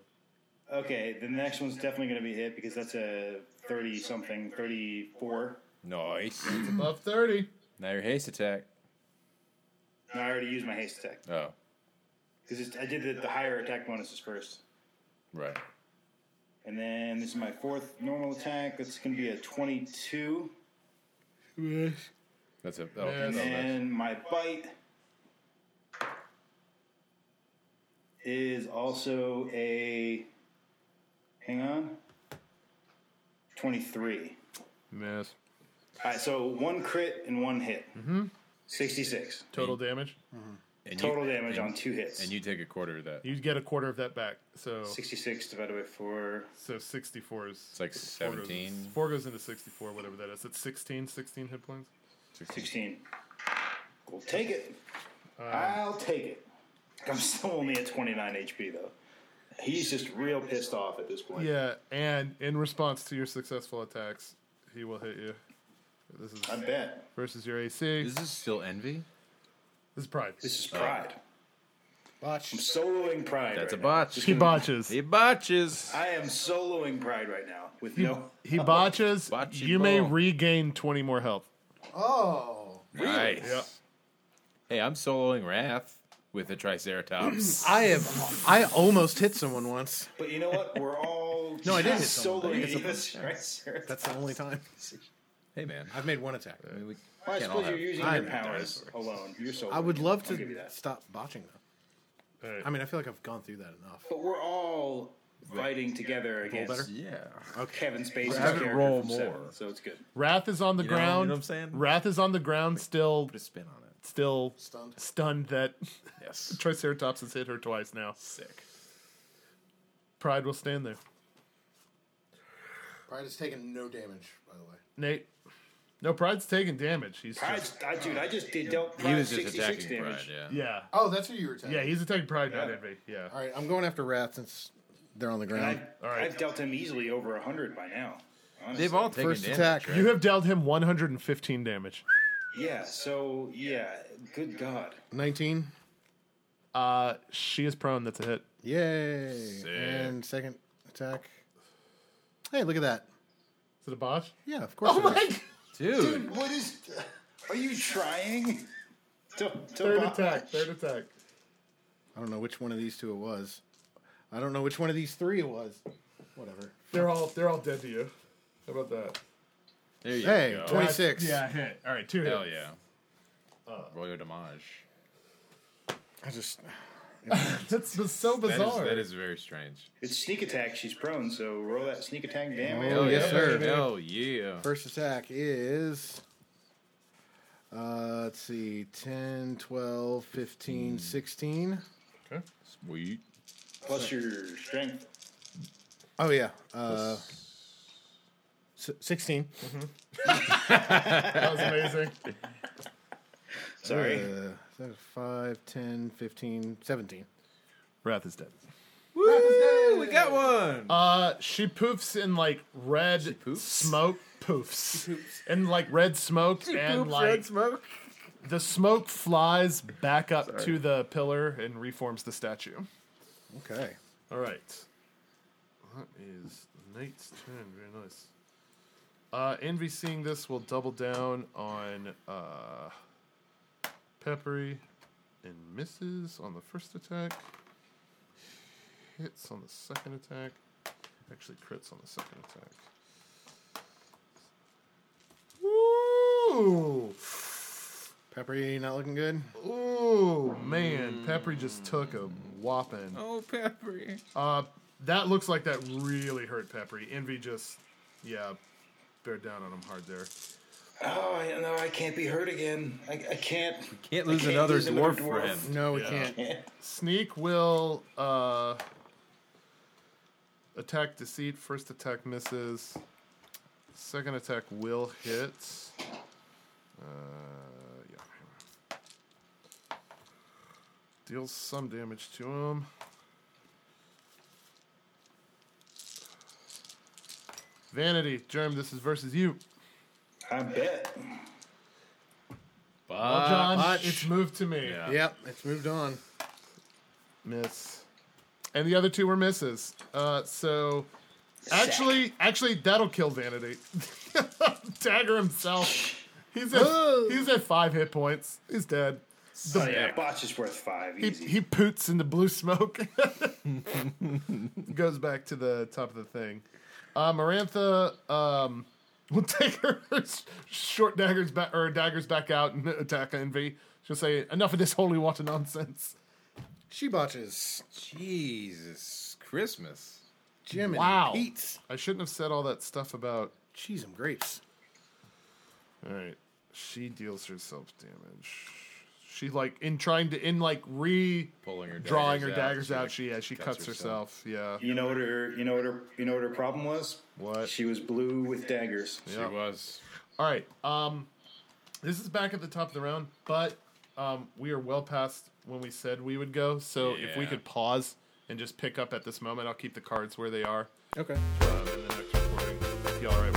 Speaker 7: Okay, the next one's definitely going to be hit because that's a 30 something, 34.
Speaker 6: Nice.
Speaker 3: Above 30.
Speaker 6: now your haste attack.
Speaker 7: No, I already used my haste attack
Speaker 6: Oh,
Speaker 7: because I did the, the higher attack bonuses first.
Speaker 6: right.
Speaker 7: And then this is my fourth normal attack. That's going to be a 22.
Speaker 6: That's a. That'll,
Speaker 3: Yes.
Speaker 6: that'll- that's-
Speaker 7: And my bite is also a. Hang on. 23.
Speaker 3: Miss.
Speaker 7: All right, so one crit and one hit. Mm-hmm. 66.
Speaker 3: Total damage.
Speaker 6: and you-
Speaker 7: Total damage on two hits.
Speaker 6: And you take a quarter of that.
Speaker 3: You get a quarter of that back. So
Speaker 7: 66 divided by 4.
Speaker 3: so 64 is.
Speaker 6: It's like
Speaker 3: four goes-
Speaker 6: 17.
Speaker 3: Four goes into 64, whatever that is. It's 16, 16 hit points.
Speaker 7: 16. We'll take it.
Speaker 6: Uh,
Speaker 7: I'll take it. I'm still only at 29 HP, though. He's just real pissed off at this point.
Speaker 3: Yeah, and in response to your successful attacks, he will hit you. This is
Speaker 7: I bet.
Speaker 3: versus your AC.
Speaker 6: Is this still envy?
Speaker 3: This is pride.
Speaker 7: This is pride. I'm
Speaker 9: Watch.
Speaker 7: soloing pride.
Speaker 6: That's
Speaker 7: right
Speaker 6: a
Speaker 7: now.
Speaker 6: botch.
Speaker 3: He botches.
Speaker 6: He botches.
Speaker 7: I am soloing pride right now with no.
Speaker 3: He botches.
Speaker 6: Botchy
Speaker 3: you may
Speaker 6: ball.
Speaker 3: regain 20 more health.
Speaker 9: Oh.
Speaker 6: Nice.
Speaker 3: Yeah.
Speaker 6: Hey, I'm soloing Wrath with a Triceratops.
Speaker 9: I have. I almost hit someone once.
Speaker 7: But you know what? We're all
Speaker 9: No, I didn't hit someone. I
Speaker 7: soloing
Speaker 9: hit someone.
Speaker 7: this <laughs> right
Speaker 9: That's the only time.
Speaker 6: hey, man.
Speaker 9: I've made one attack.
Speaker 6: I mean, we
Speaker 7: I
Speaker 6: can't all
Speaker 7: suppose
Speaker 6: have
Speaker 7: you're using
Speaker 9: I
Speaker 7: your
Speaker 9: know.
Speaker 7: powers alone. You're soloing.
Speaker 9: I would love
Speaker 7: I'll give you
Speaker 9: to
Speaker 7: that.
Speaker 9: stop botching though.
Speaker 3: Alright.
Speaker 9: I mean, I feel like I've gone through that enough.
Speaker 7: But we're all fighting together against
Speaker 6: Yeah.
Speaker 7: Kevin Spacey's
Speaker 6: Rabbit
Speaker 7: character
Speaker 6: roll
Speaker 7: from
Speaker 6: more.
Speaker 7: Seven, so it's good.
Speaker 3: Wrath is on the
Speaker 6: You know- you know
Speaker 3: ground.
Speaker 6: what I'm saying?
Speaker 3: Wrath is on the ground, still,
Speaker 6: Put a spin on it.
Speaker 3: still
Speaker 9: Stunned.
Speaker 3: stunned that
Speaker 6: Yes.
Speaker 3: <laughs> Triceratops has hit her twice now.
Speaker 6: Sick.
Speaker 3: Pride will stand there.
Speaker 9: Pride has taken no damage, by the way.
Speaker 3: Nate. No, Pride's taking damage. He's
Speaker 7: I,
Speaker 3: just,
Speaker 7: I, dude, I just did dealt
Speaker 6: He was just
Speaker 7: 66
Speaker 6: attacking Pride,
Speaker 7: damage.
Speaker 6: yeah.
Speaker 3: yeah,
Speaker 9: Oh, that's who you were attacking.
Speaker 3: yeah. He's attacking Pride, not Envy. Yeah.
Speaker 9: All right, I'm going after Wrath since they're on the
Speaker 7: And
Speaker 9: ground.
Speaker 7: I've,
Speaker 3: All right.
Speaker 7: I've dealt him easily over 100 by now. honestly.
Speaker 6: They've all taken
Speaker 9: First
Speaker 6: damage,
Speaker 9: attack.
Speaker 6: right?
Speaker 3: You have dealt him 115 damage.
Speaker 7: Yeah, so, yeah, good God.
Speaker 9: 19.
Speaker 3: Uh, she is prone. That's a hit.
Speaker 9: Yay. And second attack. Hey, look at that.
Speaker 3: Is it a botch? Oh
Speaker 9: Yeah, of
Speaker 7: Oh
Speaker 9: course.
Speaker 3: <laughs>
Speaker 9: it is.
Speaker 6: Dude.
Speaker 7: What is. Are you trying? To, to
Speaker 3: Third
Speaker 7: bo-
Speaker 3: attack. Third attack.
Speaker 9: I don't know which one of these two it was. I don't know which one of these three it was. Whatever.
Speaker 3: They're all they're all dead to you. How about that?
Speaker 6: There you
Speaker 9: Hey,
Speaker 6: go.
Speaker 9: 26.
Speaker 3: Yeah, hit. All right, two hit.
Speaker 6: Hell yeah. Royal damage.
Speaker 9: I just
Speaker 3: <laughs> That's b- so
Speaker 6: That is,
Speaker 3: bizarre.
Speaker 6: that is very strange.
Speaker 7: It's sneak attack. She's prone, so roll that sneak attack damage.
Speaker 9: Oh, yes, sir.
Speaker 6: Hell yeah.
Speaker 9: First attack is uh let's see 10, 12, 15, 16.
Speaker 6: Sweet.
Speaker 7: Plus your strength.
Speaker 9: Oh yeah. Uh S- 16.
Speaker 3: Mm-hmm. <laughs> That was amazing.
Speaker 9: Sorry. Uh, that's 5, 10, 15, 17.
Speaker 3: Wrath is dead.
Speaker 6: Woo! We got one.
Speaker 3: Uh, she poofs in like red smoke. Poofs. in like red smoke and like
Speaker 9: smoke.
Speaker 3: the smoke flies back up to the pillar and reforms the statue.
Speaker 9: Okay.
Speaker 3: All right. That is Knight's turn. Very nice. Uh, Envy seeing this will double down on uh, Peppery and misses on the first attack. Hits on the second attack. Actually, crits on the second attack. Woo!
Speaker 9: Peppery not looking good.
Speaker 3: Oh man, Peppery just took a whopping.
Speaker 6: Oh, Peppery.
Speaker 3: Uh, that looks like that really hurt Peppery. Envy just, yeah, bear down on him hard there.
Speaker 7: Oh, I, no, I can't be hurt again. I, I can't.
Speaker 6: Can't lose
Speaker 7: can't
Speaker 6: another
Speaker 7: lose another
Speaker 6: dwarf,
Speaker 7: dwarf.
Speaker 6: friend.
Speaker 9: No, we can't.
Speaker 3: Sneak will uh, attack deceit. First attack misses. Second attack will hit. Uh, yeah. Deals some damage to him. Vanity, Germ, this is versus you.
Speaker 7: I bet.
Speaker 3: Well, John,
Speaker 9: Botch.
Speaker 3: it's moved to me.
Speaker 6: Uh, Yeah.
Speaker 9: Yep, it's moved on.
Speaker 3: Miss. And the other two were misses. Uh, so actually, actually, that'll kill Vanity. <laughs> Dagger himself. He's at, he's at five hit points. He's dead.
Speaker 7: oh, yeah, botch is worth five.
Speaker 3: He,
Speaker 7: Easy.
Speaker 3: he poots in the blue smoke. <laughs> Goes back to the top of the thing. Uh, Marantha um, <laughs> will take her s- short daggers back or daggers back out and attack Envy. She'll say, "Enough of this holy water nonsense."
Speaker 9: She botches.
Speaker 6: Jesus Christmas.
Speaker 9: Jim and
Speaker 3: Wow.
Speaker 9: Pete's.
Speaker 3: I shouldn't have said all that stuff about
Speaker 9: Cheese and grapes.
Speaker 3: All right. She deals herself damage. She like in trying to in like re
Speaker 6: Pulling her
Speaker 3: drawing her
Speaker 6: daggers out,
Speaker 3: daggers
Speaker 6: she,
Speaker 3: out.
Speaker 6: like,
Speaker 3: she yeah she cuts,
Speaker 6: cuts
Speaker 3: herself. Yeah.
Speaker 7: You know what her? You know what her? You know what her problem was?
Speaker 3: What?
Speaker 7: She was blue with daggers.
Speaker 3: Yeah.
Speaker 6: She was.
Speaker 3: All right. Um, this is back at the top of the round, but um, we are well past when we said we would go. So if we
Speaker 6: Yeah.
Speaker 3: could pause and just pick up at this moment, I'll keep the cards where they are.
Speaker 9: Okay.
Speaker 3: Um, in the next recording, if y'all are right